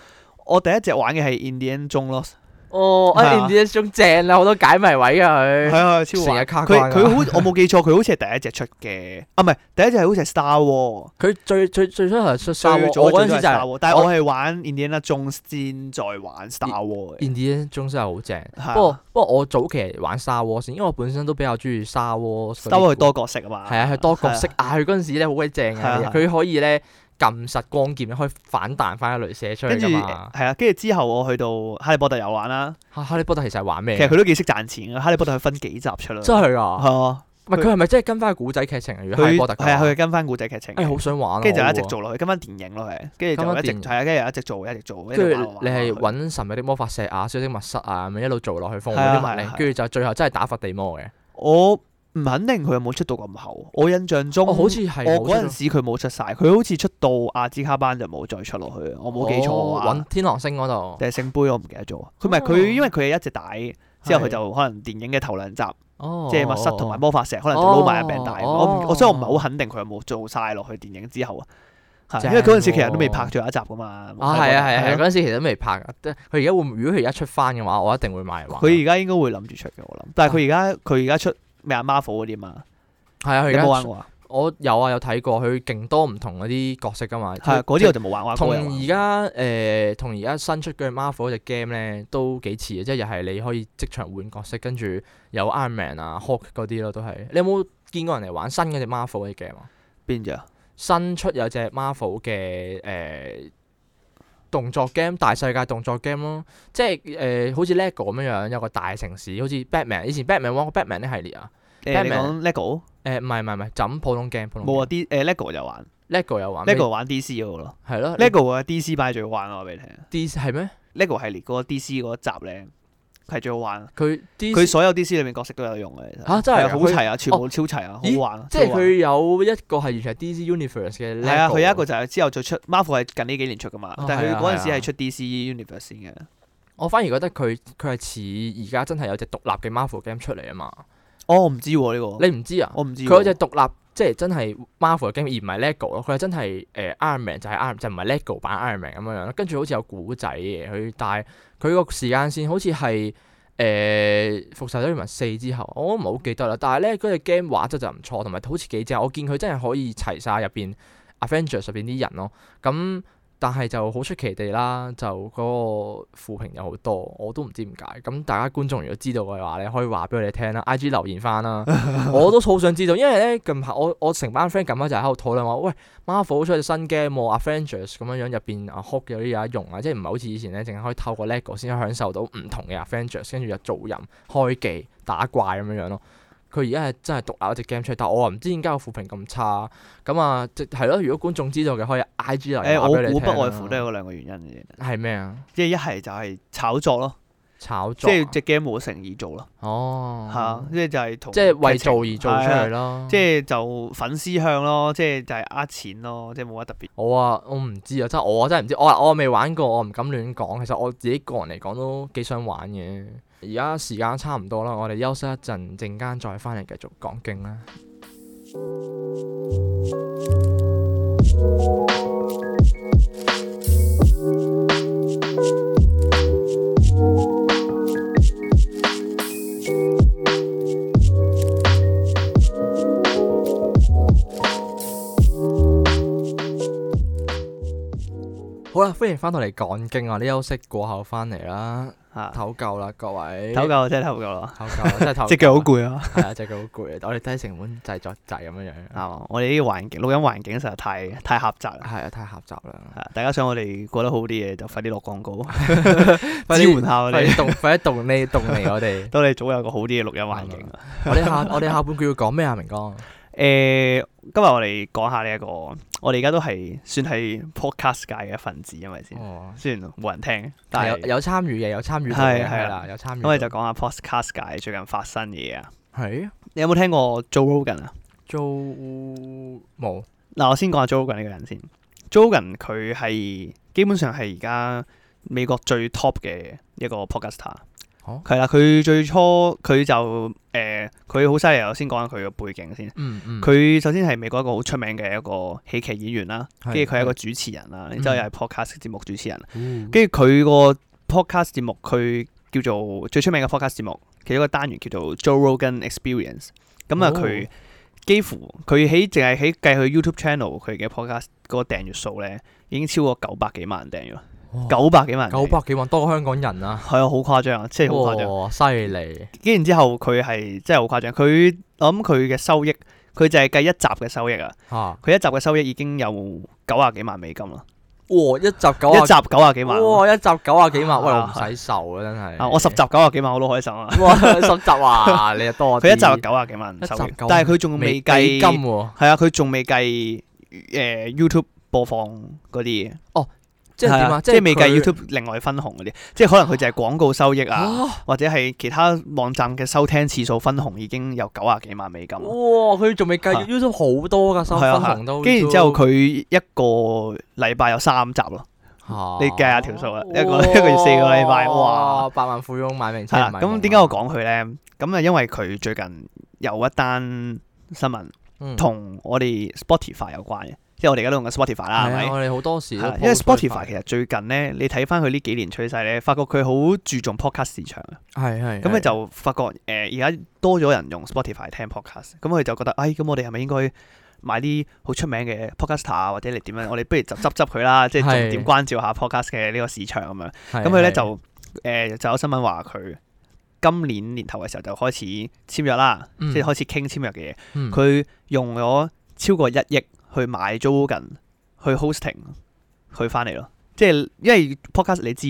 Speaker 2: 我第一隻玩嘅係 Indian 中咯，
Speaker 1: 哦，
Speaker 2: 係啊
Speaker 1: 啊 Indiana 仲正啦，好多解謎位啊
Speaker 2: 係
Speaker 1: 佢，
Speaker 2: 啊超好
Speaker 1: 成
Speaker 2: 玩
Speaker 1: 日。卡
Speaker 2: 佢
Speaker 1: 關㗎
Speaker 2: 佢好，我冇記錯，佢好似係第一隻出嘅，啊唔係第一隻係好似係 Star War。
Speaker 1: 佢最最最初係出
Speaker 2: 最
Speaker 1: 沙
Speaker 2: 早
Speaker 1: 鍋，
Speaker 2: 最
Speaker 1: 我嗰陣
Speaker 2: 早
Speaker 1: 時
Speaker 2: 係
Speaker 1: 就
Speaker 2: Star
Speaker 1: 係哦
Speaker 2: War，但係我係玩 Indiana Jones 先再玩 Star War 嘅。
Speaker 1: Indiana 中真係好正。
Speaker 2: 係啊
Speaker 1: 不過不過我早期係玩沙鍋先，因為我本身都比較中意沙鍋。
Speaker 2: Star War 係多角色啊嘛。
Speaker 1: 係啊，佢多角色啊！佢嗰陣時咧好鬼正
Speaker 2: 係
Speaker 1: 啊
Speaker 2: 啊，
Speaker 1: 佢可以咧撳實光劍咧，可以反彈翻一雷射出去
Speaker 2: 跟住
Speaker 1: 㗎
Speaker 2: 係
Speaker 1: 嘛。
Speaker 2: 啊，跟住之後我去到哈利波特有玩啦，
Speaker 1: 哈哈利波特其實係玩咩
Speaker 2: 其？實佢都幾識賺錢嘅。哈利波特佢分幾集出啦，
Speaker 1: 真係㗎，
Speaker 2: 係啊，
Speaker 1: 唔係佢係咪真係跟翻古仔劇情啊？如果哈利
Speaker 2: 佢
Speaker 1: 波特嘅
Speaker 2: 係啊，
Speaker 1: 話
Speaker 2: 佢係跟翻古仔劇情嘅，
Speaker 1: 哎好想玩啊
Speaker 2: 跟住就
Speaker 1: 我
Speaker 2: 一
Speaker 1: 喎
Speaker 2: 直做落去，跟翻電影咯，係，跟
Speaker 1: 跟
Speaker 2: 住就
Speaker 1: 返
Speaker 2: 一直
Speaker 1: 電影
Speaker 2: 係啊，跟住一直做，一直做，
Speaker 1: 跟
Speaker 2: 一直
Speaker 1: 住
Speaker 2: 玩玩
Speaker 1: 你係
Speaker 2: 玩玩
Speaker 1: 揾神秘的魔法石啊、小的密室啊，咁樣一路做落去，放
Speaker 2: 係啊
Speaker 1: 嗰啲物
Speaker 2: 係啊係
Speaker 1: 力
Speaker 2: 啊，
Speaker 1: 跟住就最後真係打佛地魔嘅。
Speaker 2: 我唔肯定佢有冇出到咁厚，我印象中
Speaker 1: 我哦好似係
Speaker 2: 哦我嗰陣
Speaker 1: 陣
Speaker 2: 時佢冇出晒，佢好似出到阿茲卡班就冇再出落去，我
Speaker 1: 哦
Speaker 2: 冇記錯啊嘅話
Speaker 1: 揾天狼星嗰度，
Speaker 2: 定係聖杯我唔記得咗，啊佢咪
Speaker 1: 哦
Speaker 2: 佢因為佢係一隻帶。之後
Speaker 1: 係
Speaker 2: 佢就可能電影嘅頭兩集，
Speaker 1: 哦
Speaker 2: 即係密室同埋魔法石，可能就撈埋一餅帶。
Speaker 1: 哦
Speaker 2: 我唔，我所以我唔係
Speaker 1: 哦
Speaker 2: 好肯定佢有冇做晒落去電影之後啊。係
Speaker 1: 正
Speaker 2: 因為嗰陣時其實
Speaker 1: 喎
Speaker 2: 都未拍最後一集噶嘛。
Speaker 1: 啊係啊係啊係啊
Speaker 2: 係
Speaker 1: 嗰
Speaker 2: 咯
Speaker 1: 陣時其實都未拍㗎，即係佢而家會唔如果佢而家出翻嘅話，我一定會買嚟啊玩。
Speaker 2: 佢而家應該會諗住出嘅，我諗。但係佢而家佢而家出咩啊 Marvel 嗰啲嘛，
Speaker 1: 係啊，佢而
Speaker 2: 你有
Speaker 1: 家
Speaker 2: 冇玩過啊？
Speaker 1: 我有啊，有睇過佢勁多唔同嗰啲角色噶嘛。
Speaker 2: 係啊嗰啲我就冇玩過。
Speaker 1: 同
Speaker 2: 我有玩
Speaker 1: 而家誒，同而家新出嘅 Marvel 嗰只 game 咧都幾似嘅，即係又係你可以即場換角色，跟住有 Iron Man 啊、Hulk 嗰啲咯，都係。你有冇見過人嚟玩新嗰只 Marvel 嗰啲 game 啊？
Speaker 2: 邊隻啊？
Speaker 1: 新出有隻 Marvel 嘅誒、呃、動作 game，大世界動作 game 咯，即係誒、呃好似 LEGO 咁樣樣，有個大城市，好似 Batman 以前 Batman 玩過 Batman 呢系列啊。
Speaker 2: 誒你
Speaker 1: Batman
Speaker 2: 講
Speaker 1: 誒
Speaker 2: LEGO
Speaker 1: 唔係唔係唔係，就咁普通 game 普通
Speaker 2: 冇
Speaker 1: game。
Speaker 2: 啊 D 誒 LEGO 就玩
Speaker 1: LEGO 有玩咩啊
Speaker 2: ，LEGO 玩 DC 嗰個咯
Speaker 1: 係咯
Speaker 2: ，LEGO 嘅 DC 版係最好玩啊！我話俾你聽
Speaker 1: D 係咩？
Speaker 2: ，LEGO 系列嗰個 DC 嗰集咧係最好玩啊。
Speaker 1: 佢 D
Speaker 2: 佢所有 DC 裏面角色都有用嘅，其實
Speaker 1: 啊真係啊
Speaker 2: 係好
Speaker 1: 佢
Speaker 2: 齊啊，全部超齊啊，
Speaker 1: 咦
Speaker 2: 好玩啊！
Speaker 1: 即係
Speaker 2: 超好玩
Speaker 1: 佢有一個係完全係 DC Universe 嘅 LEGO。
Speaker 2: 係啊，佢有一個就係之後再出 Marvel 係近呢幾年出噶嘛
Speaker 1: 哦，
Speaker 2: 但係
Speaker 1: 係
Speaker 2: 佢
Speaker 1: 啊
Speaker 2: 嗰
Speaker 1: 係
Speaker 2: 陣時
Speaker 1: 啊
Speaker 2: 係出 DC Universe 先嘅。
Speaker 1: 我反而覺得佢佢係似而家真係有隻獨立嘅 Marvel game 出嚟啊嘛。
Speaker 2: 哦，我唔知喎呢個，
Speaker 1: 你唔知啊？
Speaker 2: 我唔知喎。
Speaker 1: 佢嗰隻獨立即係真係 Marvel 嘅 game，而唔係 LEGO 咯。佢係真係誒、呃 Iron Man 就係 Iron，就唔係 LEGO 版 Iron Man 咁樣樣咯。跟住好似有古仔嘅佢，但係佢個時間線好似係誒復仇者聯盟四之後，我都唔係好記得啦。但係咧嗰隻 game 畫質就唔錯，同埋好似幾正。我見佢真係可以齊晒入邊 Avengers 入邊啲人咯。咁但係就好出奇地啦，就嗰個負評有好多，我都唔知點解。咁大家觀眾如果知道嘅話咧，可以話俾我哋聽啦，IG 留言翻啦。我都好想知道，因為咧近排我我成班 friend 近排就喺度討論話，喂 Marvel 出咗隻新 game 喎，Avengers 咁樣樣入邊啊 Hulk 有啲有得用啊，即係唔係好似以前咧，淨係可以透過 LEGO 先享受到唔同嘅 Avengers，跟住又做人、開技、打怪咁樣樣咯。佢而家係真係獨立一隻 game 出嚟，但我又唔知點解個負評咁差。咁啊，即係咯，如果觀眾知道嘅，可以 I G 留
Speaker 2: 誒，
Speaker 1: 言啊話俾
Speaker 2: 我
Speaker 1: 你
Speaker 2: 估
Speaker 1: 聽啦
Speaker 2: 不外乎都有兩個原因嘅啫，
Speaker 1: 係咩啊？
Speaker 2: 即係一係就係炒作咯，
Speaker 1: 炒
Speaker 2: 即
Speaker 1: 作啊
Speaker 2: 係隻 game 冇誠意做咯，
Speaker 1: 哦，
Speaker 2: 嚇，即係就係同
Speaker 1: 即係為
Speaker 2: 劇情
Speaker 1: 做而做出
Speaker 2: 係啊
Speaker 1: 嚟咯。
Speaker 2: 即係就粉絲向咯，即係就係呃錢咯，即係冇乜特別。
Speaker 1: 我啊，我唔知啊，真係我啊真係唔知，我啊我未玩過，我唔敢亂講。其實我自己個人嚟講都幾想玩嘅。而家時間差唔多啦，我哋休息一陣，陣間再翻嚟繼續講經啦。好啦，歡迎翻到嚟講經啊！啲休息過後翻嚟啦，
Speaker 2: 嚇，
Speaker 1: 唞夠啦，各位
Speaker 2: 唞啊夠真係唞夠啦，
Speaker 1: 唞夠啦，真係唞夠啦
Speaker 2: 隻腳好，攰啊！
Speaker 1: 係啊，隻腳好攰啊！我哋低成本製作制咁樣樣，
Speaker 2: 啱啊，我哋呢個環境錄音環境實在太太狹窄啦。
Speaker 1: 係啊，太狹窄啦，
Speaker 2: 係大家想我哋過得好啲嘅，就快啲落廣告，
Speaker 1: 快
Speaker 2: 支
Speaker 1: 啲
Speaker 2: 援下我
Speaker 1: 快
Speaker 2: 哋，。
Speaker 1: 啲動，快啲動你動嚟我哋
Speaker 2: 等我哋早有個好啲嘅錄音環境。啊
Speaker 1: 我哋下我哋下半句要講咩啊？明哥，
Speaker 2: 誒、今日我哋講下呢、一個，我哋而家都係算係 podcast 界嘅一份子，因為先，
Speaker 1: 哦，
Speaker 2: 雖然冇人聽，但
Speaker 1: 但係啊
Speaker 2: 係
Speaker 1: 有有參與嘅，有參與到
Speaker 2: 係
Speaker 1: 嘅係
Speaker 2: 係
Speaker 1: 啦，有參與
Speaker 2: 咁
Speaker 1: 到。
Speaker 2: 我哋就講下 podcast 界最近發生嘅嘢啊。
Speaker 1: 係
Speaker 2: 你有冇聽過 Joe Rogan 啊？
Speaker 1: 做冇
Speaker 2: 嗱，我先講下 Joe Rogan 呢個人先。Joe Rogan 佢係基本上係而家美國最 top 嘅一個 podcaster，
Speaker 1: 哦
Speaker 2: 係啦，佢最初佢就誒，佢好犀利啊！我先講下佢嘅背景先。
Speaker 1: 嗯嗯，
Speaker 2: 佢首先係美國一個好出名嘅一個喜劇演員啦，
Speaker 1: 係
Speaker 2: 跟住佢係一個主持人啦，然之後又係 podcast 節目主持人。
Speaker 1: 嗯
Speaker 2: 跟住佢個 podcast 節目，佢叫做最出名嘅 podcast 節目，其中一個單元叫做 Joe Rogan Experience。咁啊，
Speaker 1: 哦
Speaker 2: 佢幾乎佢喺淨係喺計佢 YouTube channel 佢嘅 podcast 嗰個訂閱數咧，已經超過九百幾萬人訂閱啦，
Speaker 1: 哇
Speaker 2: 九百幾萬人訂閱。
Speaker 1: 九百幾萬多過香港人啊！
Speaker 2: 係啊，好誇張啊，即係好誇張。
Speaker 1: 哇，犀利！
Speaker 2: 跟住之後，佢係真係好誇張。佢我諗佢嘅收益，佢就係計一集嘅收益啊。
Speaker 1: 嚇，哇！
Speaker 2: 佢一集嘅收益已經有九啊幾萬美金啦，
Speaker 1: 一集九啊
Speaker 2: 一集九啊幾萬啊
Speaker 1: 哇！一集九啊幾萬，喂，我唔
Speaker 2: 啊
Speaker 1: 使受啊，真係。
Speaker 2: 啊！我十集九啊幾萬我都開心啊！
Speaker 1: 哇，十集啊，你又多啲。
Speaker 2: 佢一集係九啊幾萬收
Speaker 1: 一
Speaker 2: 益
Speaker 1: 集，九啊
Speaker 2: 但係佢仲未計
Speaker 1: 美金喎，
Speaker 2: 係啊，佢仲未計誒 YouTube 播放嗰啲嘢，
Speaker 1: 即係
Speaker 2: 係
Speaker 1: 點
Speaker 2: 啊
Speaker 1: 啊？
Speaker 2: 即係未計
Speaker 1: 佢
Speaker 2: YouTube à? 另外分紅嗰啲，即係可能佢就係廣告收益啊，
Speaker 1: 啊！
Speaker 2: 或者係其他網站嘅收聽次數分紅已經有九啊幾萬美金啦。
Speaker 1: 哇！佢仲未計
Speaker 2: 係
Speaker 1: YouTube 好多噶，收哦分
Speaker 2: 係啊，係
Speaker 1: 紅
Speaker 2: 啊
Speaker 1: 都。
Speaker 2: 跟住然之後，佢一個禮拜有三集咯，
Speaker 1: 嚇
Speaker 2: 你計下條數啊一個一個月四個禮拜哇！
Speaker 1: 百萬富翁買名車
Speaker 2: 係啦。
Speaker 1: 買名
Speaker 2: 咁點解我講佢咧？咁啊，因為佢最近有一單新聞
Speaker 1: 嗯
Speaker 2: 同我哋 Spotify 有關嘅，即係我哋而家都用緊 Spotify 啦，
Speaker 1: 係
Speaker 2: 係
Speaker 1: 啊
Speaker 2: 咪？
Speaker 1: 我哋好多時都
Speaker 2: 係啦
Speaker 1: post
Speaker 2: 因為 Spotify 其實最近咧，你睇翻佢呢幾年趨勢咧，發覺佢好注重 podcast 市場啊。
Speaker 1: 係係
Speaker 2: 咁佢
Speaker 1: 係
Speaker 2: 就發覺誒，而家多咗人用 Spotify 聽 podcast，咁佢就覺得，哎，咁我哋係咪應該買啲好出名嘅 podcaster 啊，或者你點樣？我哋不如就執執佢 啦，即係重
Speaker 1: 係
Speaker 2: 點關照下 podcast 嘅呢個市場咁樣。
Speaker 1: 係
Speaker 2: 咁佢咧
Speaker 1: 係
Speaker 2: 就誒就有新聞話佢今年年頭嘅時候就開始簽約啦，
Speaker 1: 嗯
Speaker 2: 即係開始傾簽約嘅嘢。
Speaker 1: 嗯
Speaker 2: 佢用咗超過一億去買 j o g a n 去 hosting 去翻嚟咯。即係因為 podcast 你知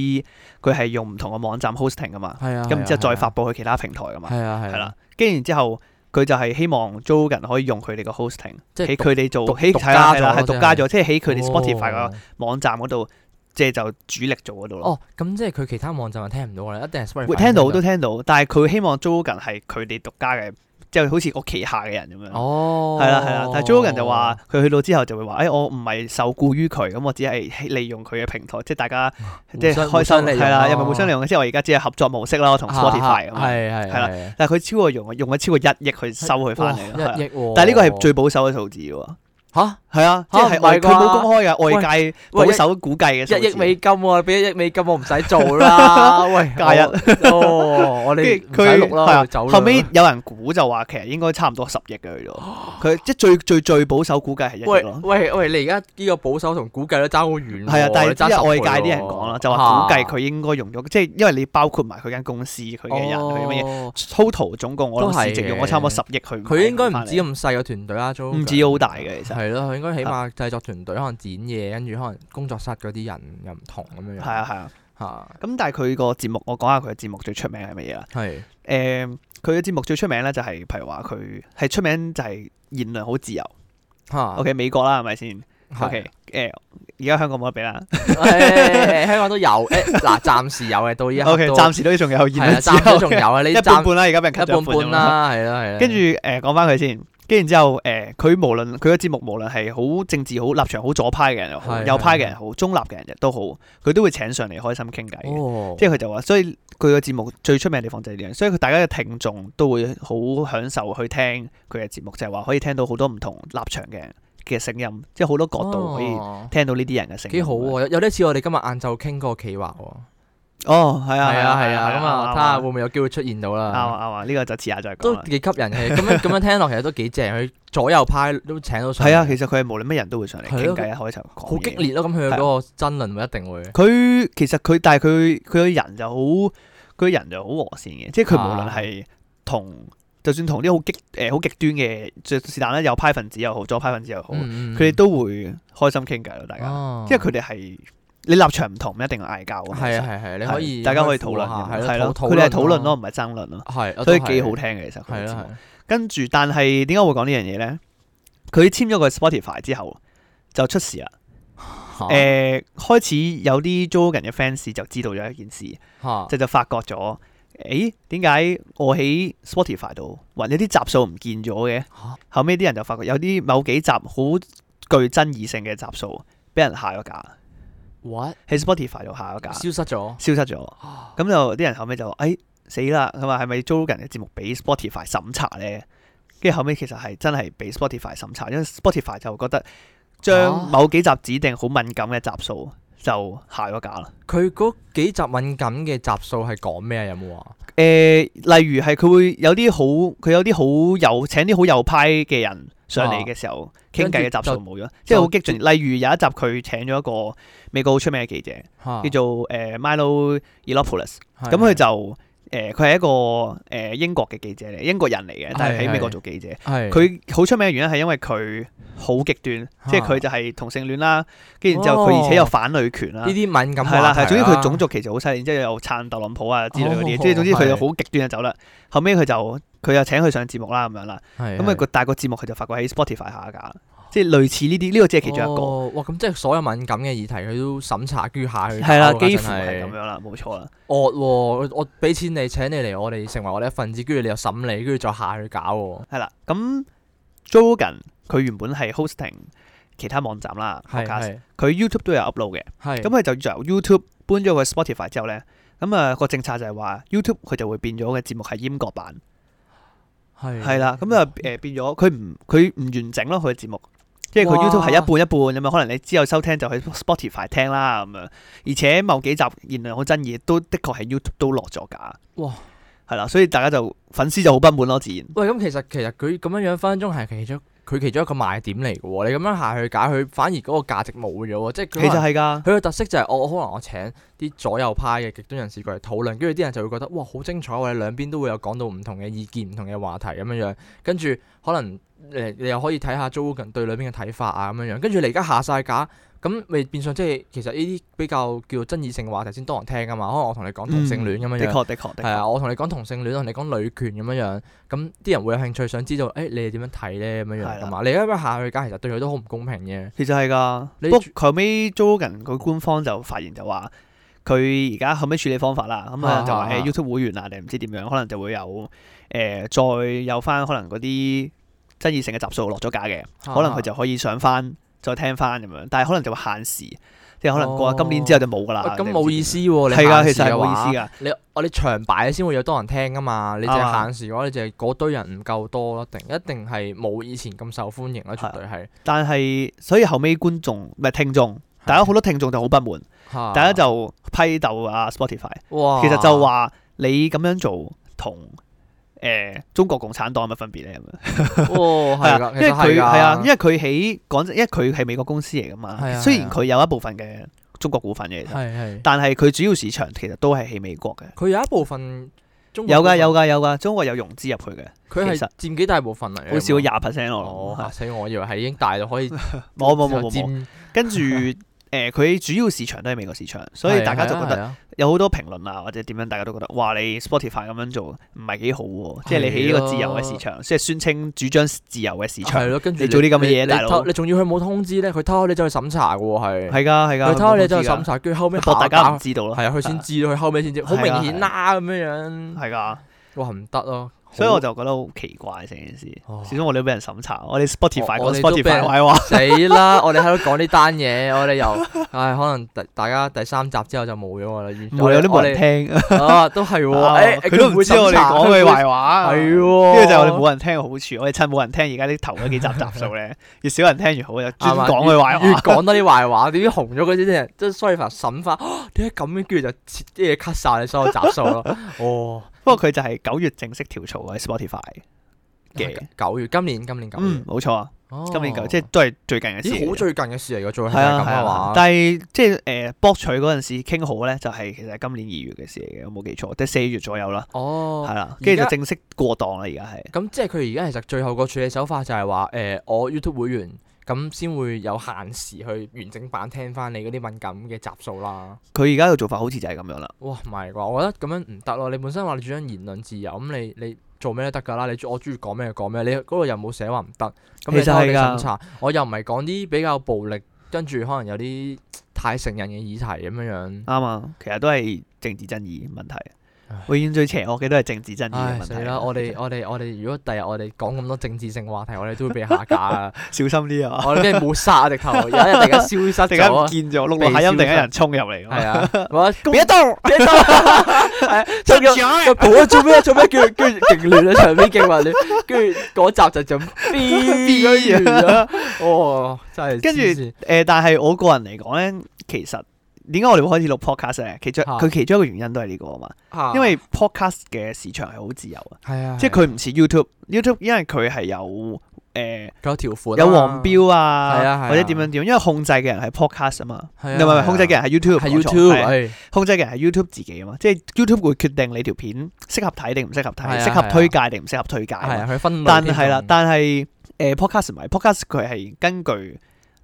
Speaker 2: 佢係用唔同嘅網站 hosting 噶嘛，
Speaker 1: 係啊，
Speaker 2: 咁然之後
Speaker 1: 係啊
Speaker 2: 再發布去其他平台噶嘛，
Speaker 1: 係啊係啊
Speaker 2: 係啦，。跟住然之後佢就係希望 j o g a n 可以用佢哋嘅 hosting，
Speaker 1: 即係
Speaker 2: 喺佢哋做
Speaker 1: 獨
Speaker 2: 喺
Speaker 1: 獨
Speaker 2: 係
Speaker 1: 家
Speaker 2: 啦係啦
Speaker 1: 咗
Speaker 2: 係
Speaker 1: 即係
Speaker 2: 獨家咗，即係喺佢哋
Speaker 1: 哦
Speaker 2: Spotify 個網站嗰度，即係就主力做嗰度
Speaker 1: 哦，
Speaker 2: 咯。
Speaker 1: 咁即係佢其他網站就聽唔到我哋，一定係 Spotify
Speaker 2: 會聽到都聽到，但係佢希望 j o g a n 係佢哋獨家嘅，即係好似我旗下嘅人咁樣。
Speaker 1: 哦，
Speaker 2: 係啦係啦，但係 Jordan 就話佢去到之後就會話，誒、哎我唔係受雇於佢，咁我只係利用佢嘅平台，即係大家
Speaker 1: 互
Speaker 2: 即係
Speaker 1: 相
Speaker 2: 開心
Speaker 1: 互相利用
Speaker 2: 係啦，
Speaker 1: 咯
Speaker 2: 又咪互相利用嘅，即係我而家只係合作模式啦，我同 Spotify 咁
Speaker 1: 啊啊係
Speaker 2: 樣。
Speaker 1: 係
Speaker 2: 係啦
Speaker 1: 係
Speaker 2: 但係佢超過用用咗超過一億去收佢翻嚟咯。係
Speaker 1: 哇
Speaker 2: 啦
Speaker 1: 一億喎，
Speaker 2: 但係呢個係最保守嘅數字喎。
Speaker 1: 嚇
Speaker 2: 係啊，即
Speaker 1: 嚇
Speaker 2: 係
Speaker 1: 唔
Speaker 2: 外
Speaker 1: 係
Speaker 2: 佢冇
Speaker 1: 啩
Speaker 2: 公開嘅外界
Speaker 1: 喂
Speaker 2: 保
Speaker 1: 一
Speaker 2: 守估計嘅數字。
Speaker 1: 一億美金喎，俾一億美金我唔使 做啦，喂，
Speaker 2: 加一
Speaker 1: 我哦，我哋
Speaker 2: 跟
Speaker 1: 唔使錄
Speaker 2: 住佢係
Speaker 1: 啦，
Speaker 2: 啊
Speaker 1: 我哋走啦
Speaker 2: 後尾有人估就話其實應該差唔多十億嘅去到，佢即係最最最保守估計係一億
Speaker 1: 喂
Speaker 2: 咯。
Speaker 1: 喂喂，你而家呢個保守同估計都爭好遠喎，
Speaker 2: 係啊，但係
Speaker 1: 你爭
Speaker 2: 即係
Speaker 1: 10
Speaker 2: 外
Speaker 1: 倍
Speaker 2: 界啲人
Speaker 1: 喎
Speaker 2: 講啦，就話估計佢
Speaker 1: 嚇
Speaker 2: 應該用咗，即係因為你包括埋佢間公司佢嘅人佢乜嘢
Speaker 1: 哦
Speaker 2: ，total 總共我諗市值用咗差唔多十億去。
Speaker 1: 佢應該唔止，啊咁細個團隊啦，租
Speaker 2: 唔止好大嘅其實。啊
Speaker 1: 係咯，佢應該起碼製作團隊可能剪嘢，跟住可能工作室嗰啲人又唔同咁樣樣。
Speaker 2: 係啊係啊，
Speaker 1: 嚇，
Speaker 2: 咁但係佢個節目，我講下佢嘅節目最出名係乜嘢啦？
Speaker 1: 係
Speaker 2: 誒，佢嘅節目最出名咧就係譬如話佢係出名就係言論好自由。
Speaker 1: 嚇
Speaker 2: OK 美國啦係咪先
Speaker 1: 啊係
Speaker 2: ？OK 誒，而家香港冇得比啦。
Speaker 1: 誒香港都有誒嗱，暫時有嘅到依家
Speaker 2: OK 暫時都仲有言
Speaker 1: 係啦，
Speaker 2: 論自
Speaker 1: 暫時都
Speaker 2: 由
Speaker 1: 仲有
Speaker 2: 嘅，
Speaker 1: 啊，你
Speaker 2: 一
Speaker 1: 暫
Speaker 2: 半半啦，而家俾人 cut
Speaker 1: 一
Speaker 2: 咗
Speaker 1: 半
Speaker 2: 一半
Speaker 1: 半
Speaker 2: 咁啦。
Speaker 1: 啦，係啦係啦。
Speaker 2: 跟住誒講翻佢先，跟住之後誒佢無論佢嘅節目無論係好政治好立場好左派嘅人又好，
Speaker 1: 係
Speaker 2: 右派嘅人
Speaker 1: 係
Speaker 2: 好，中立嘅人都好，佢都會請上嚟開心傾偈嘅。
Speaker 1: 哦，
Speaker 2: 即係佢就話，所以佢個節目最出名嘅地方就係呢樣，所以佢大家嘅聽眾都會好享受去聽佢嘅節目，就係話可以聽到好多唔同立場嘅人嘅聲音，即係好多角度可以
Speaker 1: 以
Speaker 2: 聽到呢啲人嘅聲
Speaker 1: 哦幾
Speaker 2: 音。
Speaker 1: 好啊喎，有有啲似我哋今日晏晝傾嗰個企劃喎。
Speaker 2: 哦，係啊，
Speaker 1: 係啊係啊，咁啊睇
Speaker 2: 啱啊
Speaker 1: 下會唔會有機會出現到
Speaker 2: 啱
Speaker 1: 啦。
Speaker 2: 啊啱啊，呢個就遲下再講
Speaker 1: 都
Speaker 2: 啦。
Speaker 1: 幾吸引嘅， 咁樣咁樣聽落其實都幾正，佢左右派都請到上嚟。
Speaker 2: 係啊，其實佢係無論乜人都會上嚟
Speaker 1: 係
Speaker 2: 傾
Speaker 1: 咯
Speaker 2: 偈，啊開頭講
Speaker 1: 好激
Speaker 2: 嘢
Speaker 1: 烈咯，咁佢嗰個爭論一定會。
Speaker 2: 佢其實佢但係佢佢個人就好，佢個人就好和善嘅，即係佢無論
Speaker 1: 啊
Speaker 2: 係同，就算同啲好極誒好極端嘅，就是但啦，右派分子又好，左派分子又好，佢
Speaker 1: 佢
Speaker 2: 哋都會開心傾偈咯，大家，
Speaker 1: 嗯哦
Speaker 2: 即係佢哋係你立場唔同，唔一定嗌交㗎嘛。
Speaker 1: 係啊
Speaker 2: 其實
Speaker 1: 係係，你
Speaker 2: 係
Speaker 1: 可以
Speaker 2: 大家可以
Speaker 1: 開
Speaker 2: 討
Speaker 1: 闊
Speaker 2: 論
Speaker 1: 下
Speaker 2: 嘅，
Speaker 1: 係
Speaker 2: 係
Speaker 1: 咯，
Speaker 2: 咯，佢哋係討論
Speaker 1: 啦
Speaker 2: 咯，唔，係爭論咯，
Speaker 1: 係，
Speaker 2: 所以
Speaker 1: 都
Speaker 2: 幾
Speaker 1: 係
Speaker 2: 好聽嘅其實佢
Speaker 1: 係
Speaker 2: 嘅節目。
Speaker 1: 啦
Speaker 2: 跟住，但係點解會講呢樣嘢咧？佢簽咗個 Spotify 之後就出事啦。誒、
Speaker 1: 係，
Speaker 2: 開始有啲 Jogan 嘅 fans 就知道咗一件事，
Speaker 1: 嚇
Speaker 2: 就就發覺咗，誒點解我喺 Spotify 度或者啲集數唔見咗嘅？
Speaker 1: 嚇
Speaker 2: 後尾啲人就發覺有啲某幾集好具爭議性嘅集數，俾人下咗架，
Speaker 1: what
Speaker 2: 喺 Spotify 度下咗架，
Speaker 1: 消失咗，
Speaker 2: 消失咗。咁就啲人後尾就話，誒、哎死啦，佢話係咪租人嘅節目俾 Spotify 審查咧？跟住後尾其實係真係俾 Spotify 審查，因為 Spotify 就覺得
Speaker 1: 啊
Speaker 2: 將某幾集指定好敏感嘅集數就下咗架啦。
Speaker 1: 佢嗰幾集敏感嘅集數係講咩啊？有冇話？
Speaker 2: 誒、例如係佢會有啲好，佢有啲好有請啲好右派嘅人上嚟嘅時候，傾偈嘅集數冇咗，即係好激進。例如有一集佢請咗一個美國好出名嘅記者，
Speaker 1: 叫
Speaker 2: 叫做誒、Milo e l o p o l o s 咁佢就誒，佢係、一個誒、英國嘅記者嚟，英國人嚟嘅，但係
Speaker 1: 係
Speaker 2: 喺
Speaker 1: 係
Speaker 2: 美國做記者。
Speaker 1: 係
Speaker 2: 佢好出名嘅原因係因為佢好極端，即係佢就係同性戀啦，跟住然之後佢而且有反女權啦
Speaker 1: 呢。啲敏感
Speaker 2: 啊係
Speaker 1: 話
Speaker 2: 啦，
Speaker 1: 題
Speaker 2: 係，總之佢種族歧視好犀利，然之後又撐特朗普啊之類嗰啲，
Speaker 1: 哦
Speaker 2: 即係總之佢就
Speaker 1: 係
Speaker 2: 好極端就走啦。後尾佢就佢又請佢上節目啦咁樣啦，
Speaker 1: 係
Speaker 2: 咁啊
Speaker 1: 係
Speaker 2: 個但係個節目佢就發覺喺 Spotify 下架啦，即係類似呢啲，呢個只係其中一個，
Speaker 1: 哦哇！咁即係所有敏感嘅議題，佢都審查跟住下去搞㗎。
Speaker 2: 係啦，幾
Speaker 1: 真
Speaker 2: 乎係咁
Speaker 1: 係
Speaker 2: 樣啦，冇錯啦，
Speaker 1: 惡喎！我我俾錢你請你嚟，我哋成為我哋一份子，跟住你又審你，跟住再下去搞喎。
Speaker 2: 係啦。咁 Jogan 佢原本係 hosting 其他網站啦，
Speaker 1: 係
Speaker 2: podcast，
Speaker 1: 係
Speaker 2: 佢 YouTube 都有 upload 嘅，
Speaker 1: 係
Speaker 2: 咁佢就由 YouTube 搬咗去 Spotify 之後咧，咁啊個政策就係話 YouTube 佢就會變咗嘅節目係閹割版。
Speaker 1: 係嗯
Speaker 2: 係啦，咁啊誒變咗佢唔佢唔完整咯，佢嘅節目，即係佢
Speaker 1: 哇
Speaker 2: YouTube 係一半一半咁樣，可能你之後收聽就去 Spotify 聽啦咁樣，而且某幾集言論好爭議，都的確係 YouTube 都落咗架。
Speaker 1: 哇！
Speaker 2: 係啦，所以大家就粉絲就好不滿咯，自然
Speaker 1: 喂，咁其實其實佢咁樣樣分分鐘係其中佢其中一個賣點嚟嘅喎。你咁樣下去搞佢，反而嗰個價值冇咗喎。即係佢可
Speaker 2: 其
Speaker 1: 能
Speaker 2: 實係㗎，
Speaker 1: 佢嘅特色就係我我可能我請啲左右派嘅極端人士過嚟討論，跟住啲人就會覺得哇好精彩喎，我哋兩邊都會有講到唔同嘅意見、唔同嘅話題咁樣樣，跟住可能誒你又可以睇下 Joe Rogan 對兩邊嘅睇法啊咁樣樣，跟住你而家下晒架，咁咪變相即係其實呢啲比較叫做爭議性嘅話題先多人聽噶嘛，可能我同你講同性戀咁樣
Speaker 2: 嗯的
Speaker 1: 樣。
Speaker 2: 確的確的
Speaker 1: 係啊，
Speaker 2: 確，
Speaker 1: 我同你講同性戀，同你講女權咁樣樣，咁啲人會有興趣想知道，誒、你哋點樣睇咧咁樣樣噶嘛？你咁樣下去架，其實對佢都好唔公平嘅。
Speaker 2: 其實係㗎。
Speaker 1: 你
Speaker 2: 不過後尾 Jogan 佢官方就發言就話。佢而家後尾處理方法啦，咁啊
Speaker 1: 啊
Speaker 2: 就話
Speaker 1: 啊啊
Speaker 2: 誒 YouTube 會員啊定唔知點樣，可能就會有誒、再有翻可能嗰啲爭議性嘅集數落咗架
Speaker 1: 啊
Speaker 2: 嘅，可能佢就可以上翻再聽翻咁樣，但係可能就會限時，即係可能過今年之後就冇噶
Speaker 1: 哦喂
Speaker 2: 啦。
Speaker 1: 咁冇意思喎，你
Speaker 2: 係㗎，
Speaker 1: 限
Speaker 2: 其
Speaker 1: 時
Speaker 2: 實係
Speaker 1: 嘅
Speaker 2: 冇
Speaker 1: 話
Speaker 2: 意思㗎。
Speaker 1: 你我哋長擺先會有多人聽噶嘛，你淨
Speaker 2: 啱
Speaker 1: 係
Speaker 2: 啊
Speaker 1: 限時嘅話，你淨係嗰堆人唔夠多咯，一定一定係冇以前咁受歡迎啦，絕對係。
Speaker 2: 但係所以後尾觀眾唔係聽眾，大家好多聽眾就好不滿，
Speaker 1: 嚇
Speaker 2: 大家就批鬥啊 Spotify，
Speaker 1: 哇，
Speaker 2: 其實就話你咁樣做同誒中國共產黨有乜分別咧咁 樣？
Speaker 1: 哦係㗎，
Speaker 2: 因為佢
Speaker 1: 係
Speaker 2: 係啊，因為佢喺講真，因為佢係美國公司嚟
Speaker 1: 係
Speaker 2: 噶
Speaker 1: 啊
Speaker 2: 嘛。雖
Speaker 1: 係
Speaker 2: 然
Speaker 1: 啊
Speaker 2: 佢有一部分嘅中國股份嘅，其實
Speaker 1: 係係
Speaker 2: 但係佢主要市場其實都係喺美國嘅。
Speaker 1: 佢有一部分中
Speaker 2: 有㗎有
Speaker 1: 㗎，
Speaker 2: 㗎有㗎，中國有融資入去嘅，
Speaker 1: 佢係
Speaker 2: 其實
Speaker 1: 佔幾大部分嚟㗎嘛？
Speaker 2: 好少廿 percent
Speaker 1: 哦，
Speaker 2: 咯。
Speaker 1: 嚇死我！我以為係已經大到可以
Speaker 2: 冇冇冇冇冇。
Speaker 1: 佔，
Speaker 2: 跟住誒，佢主要市場都係美國市場，所
Speaker 1: 係
Speaker 2: 以
Speaker 1: 啊
Speaker 2: 大家就
Speaker 1: 係啊
Speaker 2: 覺
Speaker 1: 係
Speaker 2: 得
Speaker 1: 啊
Speaker 2: 有好多評論啊，或者點樣，大家都覺得哇，你 Spotify 咁樣做唔係幾好喎。即係你喺呢個自由嘅市場，即係宣稱主張自由嘅市場，
Speaker 1: 係咯，跟住
Speaker 2: 你做啲咁嘅嘢
Speaker 1: 你
Speaker 2: 大佬
Speaker 1: 偷你仲要佢冇通知咧，佢偷你走去審查嘅喎，係
Speaker 2: 係㗎係㗎。
Speaker 1: 佢偷你走去
Speaker 2: 佢冇
Speaker 1: 審
Speaker 2: 知㗎
Speaker 1: 查，跟住後尾
Speaker 2: 博大
Speaker 1: 下
Speaker 2: 家
Speaker 1: 架
Speaker 2: 唔知道啦。
Speaker 1: 係啊啊，佢先知道，佢後尾先知，好明顯啦咁樣樣。
Speaker 2: 係㗎。
Speaker 1: 哇，唔得咯！
Speaker 2: 所以我
Speaker 1: 就
Speaker 2: 就覺得好奇怪成件事。
Speaker 1: 哦
Speaker 2: 始終我哋都俾人審查，我哋 Spotify
Speaker 1: 我
Speaker 2: 講
Speaker 1: 我哋都俾人
Speaker 2: Spotify 壞話，
Speaker 1: 死啦！我哋喺度講呢單嘢，我哋由 唉，可能第大家第三集之後就冇咗我啦，完全
Speaker 2: 冇有啲冇
Speaker 1: 我哋
Speaker 2: 人聽，
Speaker 1: 啊，都係 喎，誒
Speaker 2: 佢都唔知我哋講佢壞 話，
Speaker 1: 係
Speaker 2: 呢
Speaker 1: 喎，
Speaker 2: 個就係我哋冇人聽嘅好處。我哋趁冇人聽，而家啲頭嗰幾集集數咧，越少人聽越好，就專
Speaker 1: 啱啊
Speaker 2: 講佢壞
Speaker 1: 越越
Speaker 2: 話。
Speaker 1: 講多啲壞話，點知紅咗嗰啲人，即係 sorry 法審法，啊 點解咁樣？跟住就切啲嘢 cut 晒你所有集數 咯。哦，
Speaker 2: 不過佢就係九月正式跳槽喺 Spotify 嘅。
Speaker 1: Oh 九月，今年今年九
Speaker 2: 嗯
Speaker 1: 月，，
Speaker 2: 冇錯啊，
Speaker 1: 哦
Speaker 2: 今年九即係都係最近嘅事嚟
Speaker 1: 咦，
Speaker 2: 嘅。
Speaker 1: 好最近嘅事嚟㗎，做係
Speaker 2: 係啊
Speaker 1: 咁
Speaker 2: 係
Speaker 1: 嘅
Speaker 2: 啊
Speaker 1: 話，，
Speaker 2: 但係即係誒博取嗰陣時傾好咧，就係其實係今年二月嘅事嚟嘅，我冇記錯，即係四月左右啦，
Speaker 1: 哦
Speaker 2: 係。啦，
Speaker 1: 而
Speaker 2: 跟住
Speaker 1: 家
Speaker 2: 就正式過檔啦，而家係。
Speaker 1: 咁即係佢而家其實最後個處理手法就係話誒，我 YouTube 會員咁先會有限時去完整版聽翻你嗰啲敏感嘅集數啦。
Speaker 2: 佢而家嘅做法好似就係咁樣啦。
Speaker 1: 哇，唔係啩？我覺得咁樣唔得咯。你本身話你主張言論自由，咁你你做咩都得㗎啦。你我中意講咩就講咩，你嗰度又冇寫話唔得。咁你
Speaker 2: 其實
Speaker 1: 睇我哋
Speaker 2: 係㗎
Speaker 1: 審查，我又唔係講啲比較暴力，跟住可能有啲太成人嘅議題咁樣樣。
Speaker 2: 啱啊，其實都係政治爭議問題。
Speaker 1: 唉
Speaker 2: 永遠最邪惡嘅都係政治爭議嘅
Speaker 1: 唉，
Speaker 2: 啊問題
Speaker 1: 死。啦！我哋我哋我哋，如果第日我哋講咁多政治性話題，我哋都會被下架啊！
Speaker 2: 小心啲 啊！
Speaker 1: 我哋俾人抹殺啊！直頭有一日突然間消失
Speaker 2: 突然間
Speaker 1: 咗
Speaker 2: 唔
Speaker 1: 啊，
Speaker 2: 見咗，錄錄下音，突然間有人衝入嚟咁
Speaker 1: 係 啊！我
Speaker 2: 別動！
Speaker 1: 俾 人
Speaker 2: 衝
Speaker 1: 係啊！
Speaker 2: 咗！
Speaker 1: 個保安做咩做咩？叫跟住勁亂啊，場面勁混亂，跟住嗰集就咁 變咗。哦，真係
Speaker 2: 跟住
Speaker 1: 黐線
Speaker 2: 誒，但係我個人嚟講咧，其實點解我哋會開始錄 podcast 咧？其中
Speaker 1: 嚇
Speaker 2: 佢其中一個原因都係呢個啊嘛，
Speaker 1: 啊
Speaker 2: 因為 podcast 嘅市場係好自由啊，
Speaker 1: 係啊，
Speaker 2: 即係佢唔似 YouTube，YouTube 因為佢係有誒
Speaker 1: 佢有條款啊
Speaker 2: 有黃，標
Speaker 1: 係啊係啊
Speaker 2: 啊，或者點樣點樣，因為控制嘅人係 podcast 啊嘛，
Speaker 1: 係
Speaker 2: 唔
Speaker 1: 啊
Speaker 2: 係唔係控制嘅人係 YouTube，
Speaker 1: 係
Speaker 2: 講錯
Speaker 1: YouTube，
Speaker 2: 係啊
Speaker 1: 係
Speaker 2: 控制嘅人係 YouTube 自己啊嘛，即係 YouTube 會決定你條片適合睇定唔適合
Speaker 1: 係
Speaker 2: 睇，
Speaker 1: 啊
Speaker 2: 適合推介定唔適合推介啊嘛。
Speaker 1: 係啊，佢分類
Speaker 2: 但
Speaker 1: 添
Speaker 2: 係啦
Speaker 1: 仲，
Speaker 2: 但係誒 podcast 唔係 podcast，佢係根據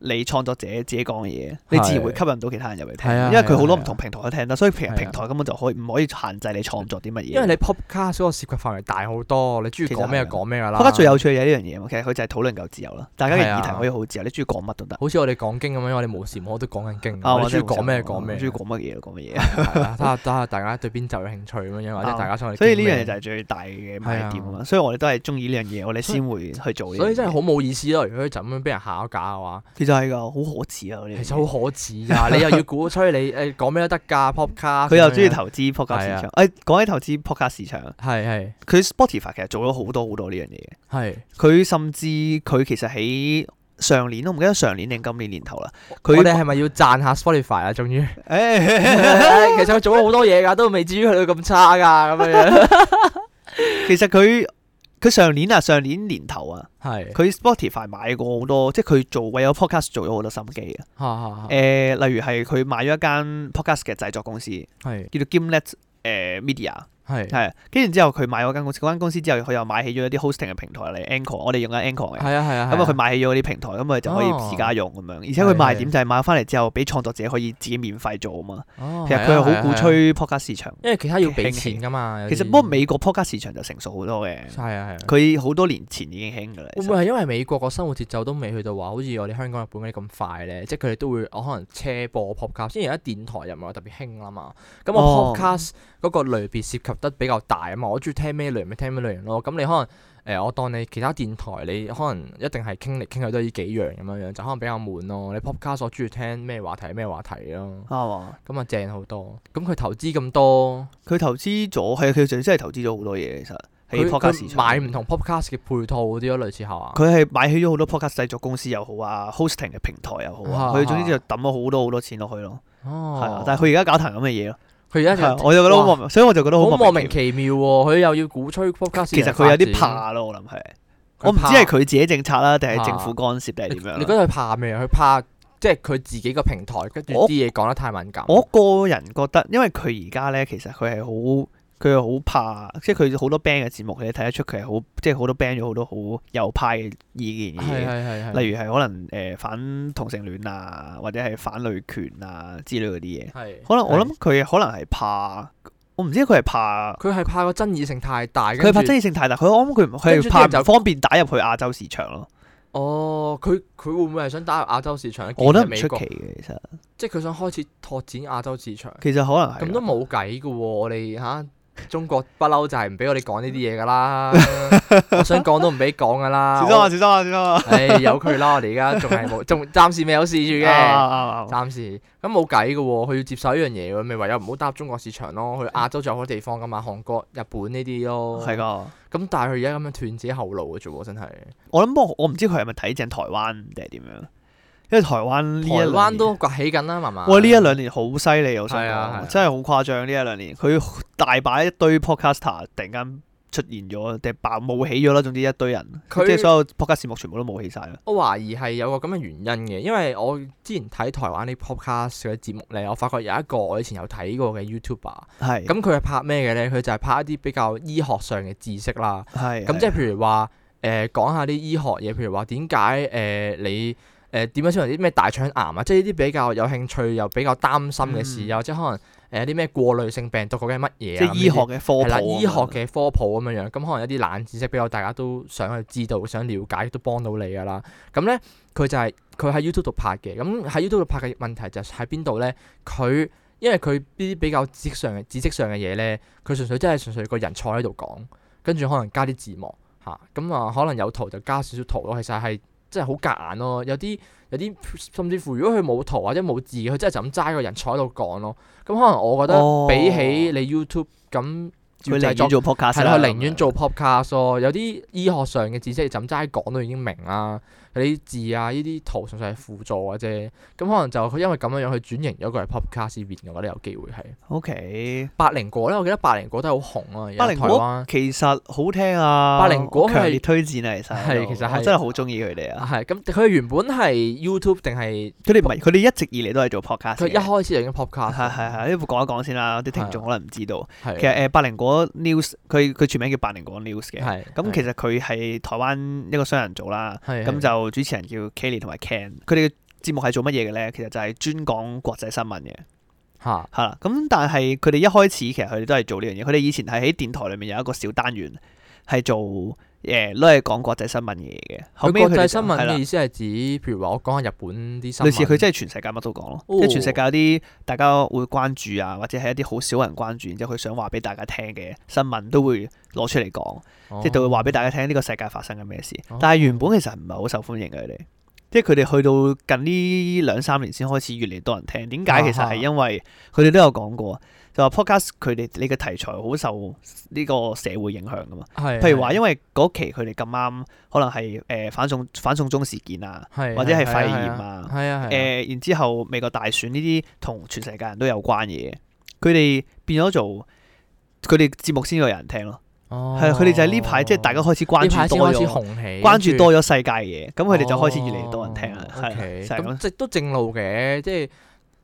Speaker 2: 你創作者自己講嘅嘢，你自然會吸引到其他人入嚟聽，
Speaker 1: 係啊
Speaker 2: 因為佢好多
Speaker 1: 係啊
Speaker 2: 唔同平台都聽得，所以平
Speaker 1: 係啊
Speaker 2: 平台根本就可以唔可以限制你創作啲乜嘢。
Speaker 1: 因為你 podcast 嗰個涉及範圍大好多，你中意講咩就
Speaker 2: 其實係
Speaker 1: 講咩噶啦。
Speaker 2: podcast 最有趣嘅係呢樣嘢嘛，其實佢就係討論夠自由啦，大家嘅
Speaker 1: 係啊
Speaker 2: 議題可以好自由，你中意講乜都得。
Speaker 1: 好似我哋講經咁樣，我哋無時無刻都講緊經，
Speaker 2: 啊，
Speaker 1: 我哋
Speaker 2: 或者
Speaker 1: 中意講咩
Speaker 2: 我
Speaker 1: 講咩，
Speaker 2: 中意講乜嘢就講乜嘢。
Speaker 1: 係啦睇下睇下大家對邊集有興趣咁樣， 或者
Speaker 2: 啊
Speaker 1: 大家想我哋
Speaker 2: 所以
Speaker 1: 傾
Speaker 2: 呢
Speaker 1: 咩
Speaker 2: 樣嘢就係最大嘅賣點啊嘛，所以我哋都係中意呢樣嘢，我哋先會去做呢樣嘢。
Speaker 1: 所以真係好冇意思咯。如果就咁樣俾人下架嘅話，
Speaker 2: 其實係㗎，好可恥啊！我哋
Speaker 1: 其實好可恥㗎。 你又要鼓吹你誒講咩都得㗎，podcast
Speaker 2: 佢又中意
Speaker 1: 睇，
Speaker 2: 投資 podcast
Speaker 1: 係啊
Speaker 2: 市場。誒，講起投資 podcast 市場，
Speaker 1: 係係
Speaker 2: 佢 Spotify 其實做咗好多好多呢樣嘢嘅。
Speaker 1: 係。
Speaker 2: 佢甚至佢其實喺上年，我唔記得上年定今年年頭啦。
Speaker 1: 我
Speaker 2: 佢
Speaker 1: 哋 係咪要讚下 Spotify 啊？終於， 其實佢做咗好多嘢㗎，都未至於去到咁差㗎咁樣 樣。
Speaker 2: 其實佢佢上年啊，上年年頭啊，
Speaker 1: 係，
Speaker 2: 佢 Spotify 買過好多，即係佢做為咗 podcast 做咗好多心機嘅。
Speaker 1: 啊
Speaker 2: 誒、
Speaker 1: 係
Speaker 2: 例如係佢買咗一間 podcast 嘅製作公司，
Speaker 1: 係
Speaker 2: 叫做 Gimlet 誒、Media，
Speaker 1: 係啊
Speaker 2: 係。跟住之後佢買咗間公司，嗰間公司之後佢又買起咗一啲 hosting 嘅平台嚟 Anchor，我哋用緊 Anchor 嘅。
Speaker 1: 係啊係啊。
Speaker 2: 咁啊，佢
Speaker 1: 係
Speaker 2: 買起咗嗰啲平台，咁佢啊就可
Speaker 1: 哦
Speaker 2: 以自家用咁樣，而且佢
Speaker 1: 係
Speaker 2: 賣
Speaker 1: 係
Speaker 2: 點就係買翻嚟之後，俾創作者可以自己免費做啊嘛。
Speaker 1: 哦
Speaker 2: 其實
Speaker 1: 係啊
Speaker 2: 佢係
Speaker 1: 係啊
Speaker 2: 好鼓
Speaker 1: 係啊
Speaker 2: 吹 podcast 市場，
Speaker 1: 因為其他要俾
Speaker 2: 興起
Speaker 1: 錢㗎嘛。有
Speaker 2: 其實
Speaker 1: 啲
Speaker 2: 不過美國 podcast 市場就成熟好多嘅，
Speaker 1: 係啊係啊。
Speaker 2: 佢好多年前已經興㗎啦。
Speaker 1: 會唔會係因為美國個生活節奏都未去到話，好似我哋香港、日本嗰啲咁快咧？即係佢哋都會，我可能車播 podcast，因為而家電台又唔係話特別興啦嘛。咁我
Speaker 2: 哦
Speaker 1: podcast 嗰個類別涉及得比較大啊嘛，我中意聽咩類型咪聽咩類型咯。咁你可能誒、呃我當你其他電台你可能一定係傾嚟傾去都係呢幾樣咁樣樣，就可能比較悶咯。你 podcast 我中意聽咩話題咩話題咯，
Speaker 2: 啱啊！
Speaker 1: 咁啊正好多。咁佢投資咁多，
Speaker 2: 佢投資咗，係啊佢就真係投資咗好多嘢，其實
Speaker 1: 佢
Speaker 2: 喺 podcast 市
Speaker 1: 佢
Speaker 2: 場。
Speaker 1: 買唔同 podcast 嘅配套嗰啲咯，類似係嘛？
Speaker 2: 佢係買起咗好多 podcast 製作公司又好啊，hosting 嘅平台又好啊，
Speaker 1: 啊
Speaker 2: 佢總之就抌咗好多好多錢落去咯。係啊
Speaker 1: 哦，，
Speaker 2: 但係佢而家搞壇咁嘅嘢咯，
Speaker 1: 佢而家
Speaker 2: 係
Speaker 1: 就
Speaker 2: 啊我就覺得
Speaker 1: 哇
Speaker 2: 好莫，所以我就覺得
Speaker 1: 好
Speaker 2: 好
Speaker 1: 莫
Speaker 2: 莫
Speaker 1: 名
Speaker 2: 名其妙。
Speaker 1: 其妙喎、佢又要鼓吹 podcast
Speaker 2: 其實佢有啲，怕咯，我諗係。我唔知係佢自己政策啦，定係政府干涉定係
Speaker 1: 你
Speaker 2: 點
Speaker 1: 你
Speaker 2: 樣
Speaker 1: 覺
Speaker 2: 啦。
Speaker 1: 得佢怕咩啊？佢怕即係佢自己個平台，跟住啲
Speaker 2: 我
Speaker 1: 嘢講得太敏感。
Speaker 2: 我個人覺得，因為佢而家咧，其實佢係好，佢係好怕，即係佢好多 band 嘅節目，你睇得出佢係好，即係好多 band 咗好多好右派嘅意見嘅
Speaker 1: 係
Speaker 2: 嘢。
Speaker 1: 係係係，
Speaker 2: 例如係可能誒、呃反同性戀啊，或者係反女權啊之類嗰啲嘢。
Speaker 1: 係
Speaker 2: 可能我諗佢可能係怕，我唔知佢係怕，
Speaker 1: 佢係怕個爭議性太大，
Speaker 2: 佢係
Speaker 1: 跟住
Speaker 2: 怕爭議性太大，佢我諗佢唔佢
Speaker 1: 跟住啲人
Speaker 2: 係怕
Speaker 1: 就
Speaker 2: 唔方便打入去亞洲市場咯。
Speaker 1: 哦，佢佢會唔會係想打入亞洲市場？啊
Speaker 2: 我覺得
Speaker 1: 見
Speaker 2: 唔
Speaker 1: 美
Speaker 2: 出
Speaker 1: 國
Speaker 2: 奇嘅，其實
Speaker 1: 即係佢想開始拓展亞洲市場，
Speaker 2: 其實可能係啊
Speaker 1: 咁
Speaker 2: 啦
Speaker 1: 都冇計嘅喎。我哋嚇、中國不嬲就係唔俾我哋講呢啲嘢㗎啦， 我想講都唔俾講㗎啦。
Speaker 2: 小心啊！小心啊！小心啊！
Speaker 1: 唉，由佢啦，我哋而家仲係 冇，仲暫時未有事住嘅。
Speaker 2: 啊啱啱啱
Speaker 1: 暫時咁冇計嘅喎，佢要接受一樣嘢喎，咪唯有唔好踏入中國市場咯。去亞洲仲有好多地方噶嘛，韓國、日本呢啲咯。
Speaker 2: 係。噶。
Speaker 1: 咁但係佢而家咁樣斷自己後路嘅啫喎，真係。
Speaker 2: 我諗我我唔知佢係咪睇正台灣定係點樣，因為台灣呢一
Speaker 1: 台
Speaker 2: 兩
Speaker 1: 灣
Speaker 2: 年
Speaker 1: 都崛起緊啦，慢慢。
Speaker 2: 哇呢一兩年好犀利，我想
Speaker 1: 係啊係啊
Speaker 2: 講真係好誇張。呢一兩年佢大把一堆 podcaster 突然間出現咗，定係爆冒起咗啦。總之一堆人，即
Speaker 1: 佢
Speaker 2: 係所有 podcast 節目全部都冒起晒啦。
Speaker 1: 我懷疑係有個咁嘅原因嘅，因為我之前睇台灣啲 podcast 嘅節目咧，我發覺有一個我以前有睇過嘅 YouTuber，
Speaker 2: 係
Speaker 1: 咁佢係拍咩嘅咧？佢就係拍一啲比較醫學上嘅知識啦。
Speaker 2: 係
Speaker 1: 咁即係
Speaker 2: 係
Speaker 1: 譬如話誒、講下啲醫學嘢，譬如話點解誒你誒點樣先為啲咩大腸癌啊，即係呢啲比較有興趣又比較擔心嘅事，
Speaker 2: 嗯
Speaker 1: 又或者可能誒、啲咩過濾性病毒究竟係乜嘢啊？
Speaker 2: 即係醫學
Speaker 1: 咁呢
Speaker 2: 嘅
Speaker 1: 啲
Speaker 2: 科
Speaker 1: 係啦，醫學
Speaker 2: 普。
Speaker 1: 嘅科普咁樣樣，咁可能有啲冷知識比較大家都想去知道、想了解，都幫到你噶啦。咁咧佢就係佢喺 YouTube 度拍嘅，咁喺 YouTube 度拍嘅問題就係喺邊度咧？佢因為佢啲比較知識上嘅知識上嘅嘢咧，佢純粹真係純粹個人坐喺度講，跟住可能加啲字幕嚇，咁啊可能有圖就加少少圖咯。其實係真係好夾硬咯，有啲有啲甚至乎如果佢冇圖或者冇字，佢真係就咁齋個人坐喺度講咯。咁可能我覺得
Speaker 2: 哦
Speaker 1: 比起你 YouTube 咁要
Speaker 2: 佢寧
Speaker 1: 製作
Speaker 2: 願做 podcast
Speaker 1: 係啦，
Speaker 2: 啦
Speaker 1: 佢寧願做 podcast 咯。有啲醫學上嘅知識，就咁齋講都已經明啦。有啊啲字啊，呢啲圖純粹係輔助嘅啫。咁可能就佢因為咁樣樣，佢轉型咗佢係 podcast 呢邊，我覺得有機會係。
Speaker 2: OK，
Speaker 1: 百靈果咧，我記得百靈果都係好紅啊，而家台
Speaker 2: 百靈
Speaker 1: 灣
Speaker 2: 果。其實好聽啊，
Speaker 1: 百靈果佢係
Speaker 2: 強烈推薦啊，其實
Speaker 1: 係其實係
Speaker 2: 我真係好中意佢哋
Speaker 1: 啊
Speaker 2: 啊，
Speaker 1: 係咁，佢原本係 YouTube 定係
Speaker 2: 佢哋唔係佢哋一直以嚟都係做 podcast
Speaker 1: 佢
Speaker 2: 嘅
Speaker 1: 一，開始就已經
Speaker 2: 係
Speaker 1: podcast
Speaker 2: 係係，呢部講一講先啦，啲聽眾可能唔知道，
Speaker 1: 係啊
Speaker 2: 其實誒百靈果 news，佢佢全名叫百靈果 news 嘅，
Speaker 1: 係
Speaker 2: 咁其實佢係台灣一個雙人組啦，
Speaker 1: 係
Speaker 2: 咁就主持人叫 Kelly 同埋 Ken，佢哋嘅節目係做乜嘢嘅咧？其實就係專講國際新聞嘅。
Speaker 1: 嚇
Speaker 2: 係啦，咁但係佢哋一開始其實佢哋都係做呢樣嘢，佢哋以前係喺電台裏面有一個小單元係做誒都係講國際新聞嘢嘅，後
Speaker 1: 佢
Speaker 2: 尾
Speaker 1: 國
Speaker 2: 佢
Speaker 1: 際
Speaker 2: 哋
Speaker 1: 新
Speaker 2: 就
Speaker 1: 聞
Speaker 2: 係啦
Speaker 1: 嘅意思係指，譬如話我講下日本啲新聞。
Speaker 2: 類似佢真係全世界乜都講咯，
Speaker 1: 哦
Speaker 2: 即係全世界有啲大家會關注啊，或者係一啲好少人關注，然之後佢想話俾大家聽嘅新聞都會攞出嚟講，即係就會話俾大家聽呢個世界發生緊咩事
Speaker 1: 哦。
Speaker 2: 但係原本其實唔係好受歡迎嘅佢哋，即係佢哋去到近呢兩三年先開始越嚟越多人聽。點解其實
Speaker 1: 啊哈
Speaker 2: 係因為佢哋都有講過，就話 podcast 佢哋你嘅題材好受呢個社會影響噶嘛。
Speaker 1: 係
Speaker 2: 譬如話，
Speaker 1: 係
Speaker 2: 因為嗰期佢哋咁啱可能係誒、呃反送反送中事件啊，
Speaker 1: 係
Speaker 2: 或者係
Speaker 1: 係
Speaker 2: 肺
Speaker 1: 係
Speaker 2: 炎啊
Speaker 1: 係啊
Speaker 2: 誒、
Speaker 1: 係啊
Speaker 2: 然之後美國大選呢啲同全世界人都有關嘢，佢哋變咗做佢哋節目先有人聽咯。
Speaker 1: 哦
Speaker 2: 係啊佢哋就係呢排即係大家開始關
Speaker 1: 呢排
Speaker 2: 注
Speaker 1: 先
Speaker 2: 多
Speaker 1: 開始
Speaker 2: 咗，
Speaker 1: 紅起，
Speaker 2: 關注
Speaker 1: 跟
Speaker 2: 多咗世界嘅嘢，咁佢哋就開始越嚟越多人
Speaker 1: 哦
Speaker 2: 聽啦，係
Speaker 1: OK，
Speaker 2: 啦就係
Speaker 1: 咁
Speaker 2: 咁。
Speaker 1: 即都正路嘅，即係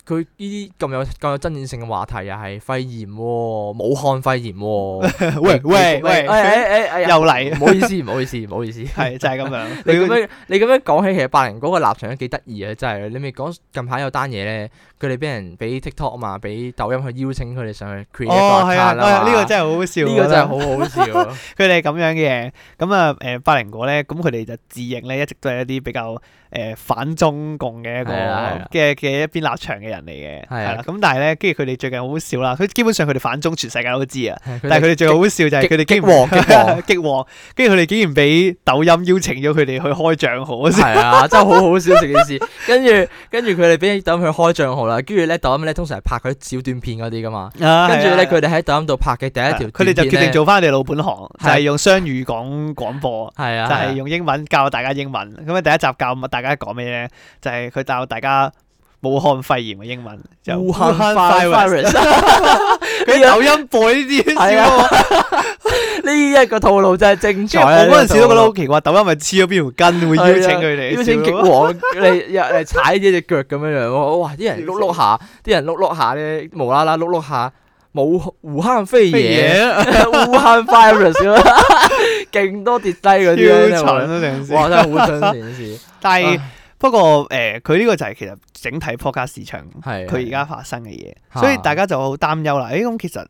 Speaker 1: 佢呢啲咁有咁有爭議性嘅話題又啊係肺炎喎，武漢肺炎 喎，
Speaker 2: 喂喂
Speaker 1: 美國哎
Speaker 2: 喂，
Speaker 1: 哎哎哎呀
Speaker 2: 又嚟
Speaker 1: 唔好意思，唔好意思，唔好意 思。
Speaker 2: 係就係咁樣。
Speaker 1: 你
Speaker 2: 你
Speaker 1: 咁
Speaker 2: 會
Speaker 1: 樣你咁樣講起，其實百靈嗰個立場都幾得意啊！真係你咪講近排有單嘢咧，佢哋俾人俾 TikTok 啊嘛，俾抖音去邀請佢哋上去 create 一個
Speaker 2: 哦係
Speaker 1: account
Speaker 2: 啊，
Speaker 1: 啊嘛
Speaker 2: 哇呢個真係好好笑，
Speaker 1: 呢
Speaker 2: 我
Speaker 1: 個
Speaker 2: 覺
Speaker 1: 真
Speaker 2: 得
Speaker 1: 係好好笑 啊。
Speaker 2: 佢哋咁樣嘅，咁啊誒百靈果咧，咁佢哋就自認咧一直都係一啲比較誒、呃反中共嘅一個
Speaker 1: 係啊係啊
Speaker 2: 嘅嘅一邊立場嘅人嚟嘅，
Speaker 1: 係
Speaker 2: 係
Speaker 1: 啊
Speaker 2: 啦。咁但係咧，跟住佢哋最近好好笑啦，佢基本上佢哋反中全世界都知啊，
Speaker 1: 但
Speaker 2: 但係佢哋最好笑就係佢哋
Speaker 1: 激
Speaker 2: 竟
Speaker 1: 旺激旺
Speaker 2: 然激旺，跟住佢哋竟然俾抖音邀請咗佢哋去開帳號啊！
Speaker 1: 係啊，真係好好笑成件事。跟住跟住佢哋俾抖音去開帳號啦，跟住咧抖音咧通常係拍佢啲小短片嗰啲噶嘛。跟
Speaker 2: 跟
Speaker 1: 住咧佢哋喺抖音度拍嘅第一條
Speaker 2: 啊佢哋就決
Speaker 1: 決
Speaker 2: 定做翻佢哋老本行，就
Speaker 1: 啊係
Speaker 2: 係用雙語講廣播。
Speaker 1: 係啊，
Speaker 2: 就係用英文教大家英文。咁啊，第一集教大家講咩咧？就係佢教大家武漢肺炎嘅英文，就
Speaker 1: 烏克
Speaker 2: virus 啊
Speaker 1: virus。
Speaker 2: 佢抖音播呢啲
Speaker 1: 係啊
Speaker 2: 笑我，
Speaker 1: 呢一個套路真係精彩啊！
Speaker 2: 我嗰陣時都覺得好
Speaker 1: 呢
Speaker 2: 奇怪，抖音咪黐咗邊條筋會邀啊請佢哋，
Speaker 1: 個套路邀請極
Speaker 2: 笑到
Speaker 1: 王你又誒踩呢只腳咁樣樣喎，哇！啲人碌碌下，啲人碌碌下咧，無啦啦碌碌下冇胡坑飛嘢，
Speaker 2: 乜
Speaker 1: 烏坑 virus 咁樣，勁多跌低嗰啲
Speaker 2: 嘢？
Speaker 1: 咧
Speaker 2: 超蠢啊！成件事
Speaker 1: 哇！真係好想成件事，
Speaker 2: 但係
Speaker 1: 唉
Speaker 2: 不過誒，佢呢個就係其實整體 podcast 市場
Speaker 1: 係啊
Speaker 2: 佢而家發生嘅嘢，
Speaker 1: 係
Speaker 2: 所以大家就好擔憂啦。誒咁其實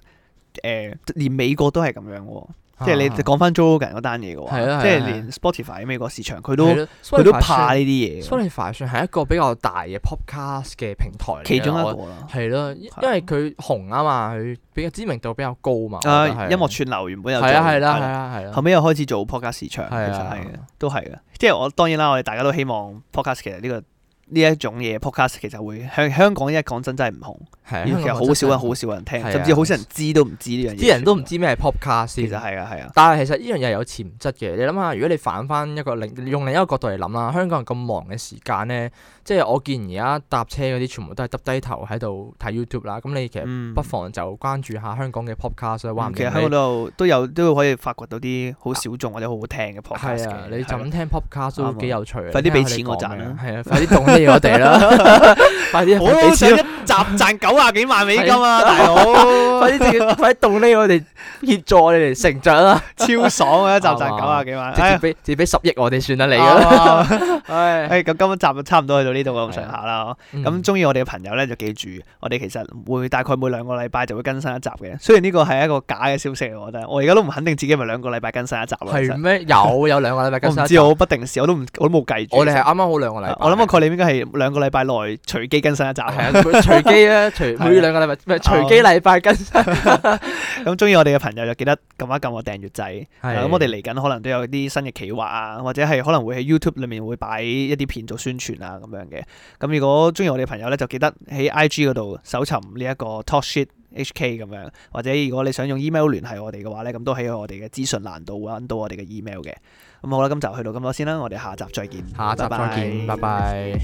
Speaker 2: 誒連美國都係咁樣喎。
Speaker 1: 啊
Speaker 2: 即係你講翻 Joe Rogan 嗰單嘢嘅話，
Speaker 1: 係啊係啊
Speaker 2: 即
Speaker 1: 係
Speaker 2: 係
Speaker 1: 啊
Speaker 2: 連 Spotify 美國市場佢都佢都怕呢啲嘢嘅，
Speaker 1: Spotify 算係一個比較大嘅 podcast 嘅平台嚟嘅，
Speaker 2: 其中一
Speaker 1: 我
Speaker 2: 個啦。
Speaker 1: 係咯，因因為佢紅啊嘛，佢比較知名度比較高嘛。
Speaker 2: 啊，
Speaker 1: 我覺得係
Speaker 2: 音樂串流原本有做
Speaker 1: 係啊係啦係
Speaker 2: 係啦
Speaker 1: 啦係啦，
Speaker 2: 後尾又開始做 podcast 市場，其
Speaker 1: 係
Speaker 2: 實
Speaker 1: 啊
Speaker 2: 係嘅，都係嘅。即係我當然啦，我哋大家都希望 podcast 其實呢個呢一種嘢 podcast 其實會香香港一講真真係唔紅，
Speaker 1: 係啊
Speaker 2: 其實好少人好少人聽，
Speaker 1: 係啊
Speaker 2: 甚至好少人知都唔知呢樣嘢。
Speaker 1: 啲人都唔，知咩係 podcast
Speaker 2: 其實
Speaker 1: 先。
Speaker 2: 係啊係啊，
Speaker 1: 但係其實呢樣嘢係有潛質嘅，你諗下，如果你反翻一個另用另一個角度嚟諗啦，香港人咁忙嘅時間咧，即係我見而家搭車嗰啲全部都係耷低頭喺度睇 YouTube 啦。咁你其實
Speaker 2: 嗯
Speaker 1: 不妨就關注下香港嘅 podcast 啦，話唔
Speaker 2: 嗯其
Speaker 1: 定
Speaker 2: 實香港
Speaker 1: 你
Speaker 2: 度都有都可以發掘到啲好小眾或者好好聽嘅 podcast
Speaker 1: 係啊
Speaker 2: 嘅，
Speaker 1: 你就
Speaker 2: 係
Speaker 1: 咁聽 podcast 都
Speaker 2: 啱啊
Speaker 1: 幾有趣啊。
Speaker 2: 快啲
Speaker 1: 聽下
Speaker 2: 俾
Speaker 1: 你
Speaker 2: 錢我
Speaker 1: 講
Speaker 2: 賺
Speaker 1: 咩
Speaker 2: 啦
Speaker 1: 係啊，快啲動呢我哋啦， 快啲
Speaker 2: 我
Speaker 1: 俾
Speaker 2: 都想
Speaker 1: 錢
Speaker 2: 一集賺九啊幾萬美金啊，大佬，
Speaker 1: 快啲直接快啲動呢，我哋協助我哋嚟成長啦，
Speaker 2: 超爽啊！一集賺
Speaker 1: 啱啊
Speaker 2: 九啊幾萬，
Speaker 1: 直
Speaker 2: 哎
Speaker 1: 接
Speaker 2: 呀
Speaker 1: 俾直接俾十億我哋算得你啦，
Speaker 2: 啦。
Speaker 1: 唉，
Speaker 2: 哎誒咁今集就差唔多去到呢度咁上下啦。哦咁
Speaker 1: 嗯
Speaker 2: 中意我哋嘅朋友咧就記住，我哋其實會大概每兩個禮拜就會更新一集嘅。雖然呢個係一個假嘅消息嚟，我覺得我而家都唔肯定自己係咪兩個禮拜更新一集啦。其
Speaker 1: 係
Speaker 2: 實
Speaker 1: 咩？有有兩個禮拜
Speaker 2: 我
Speaker 1: 更新
Speaker 2: 唔
Speaker 1: 一
Speaker 2: 知，
Speaker 1: 集，
Speaker 2: 我不定時我都唔我都冇計住。
Speaker 1: 我哋係
Speaker 2: 係
Speaker 1: 啱啱好兩個禮拜，
Speaker 2: 我諗個概念應該係兩個禮拜內隨機更新一集。
Speaker 1: 係啊，隨機啦，隨
Speaker 2: 係啊
Speaker 1: 每兩個禮拜唔係隨機禮拜更新。
Speaker 2: 咁中意我哋嘅朋友就記得撳一撳我訂閱掣。
Speaker 1: 係
Speaker 2: 啊咁我哋嚟緊可能都有啲新嘅企劃啊，或者係可能會喺 YouTube 裏面會擺一啲片做宣傳啊咁樣嘅。咁如果中意我哋嘅朋友咧，就記得喺 IG 嗰度搜尋呢一個 Talk Shit HK 咁樣，或者如果你想用 email 聯繫我哋嘅話咧，咁都喺我哋嘅資訊欄度揾到我哋嘅 email 嘅。咁好啦，今集去到咁多先啦，我哋下集再見，
Speaker 1: 下集再見，拜拜。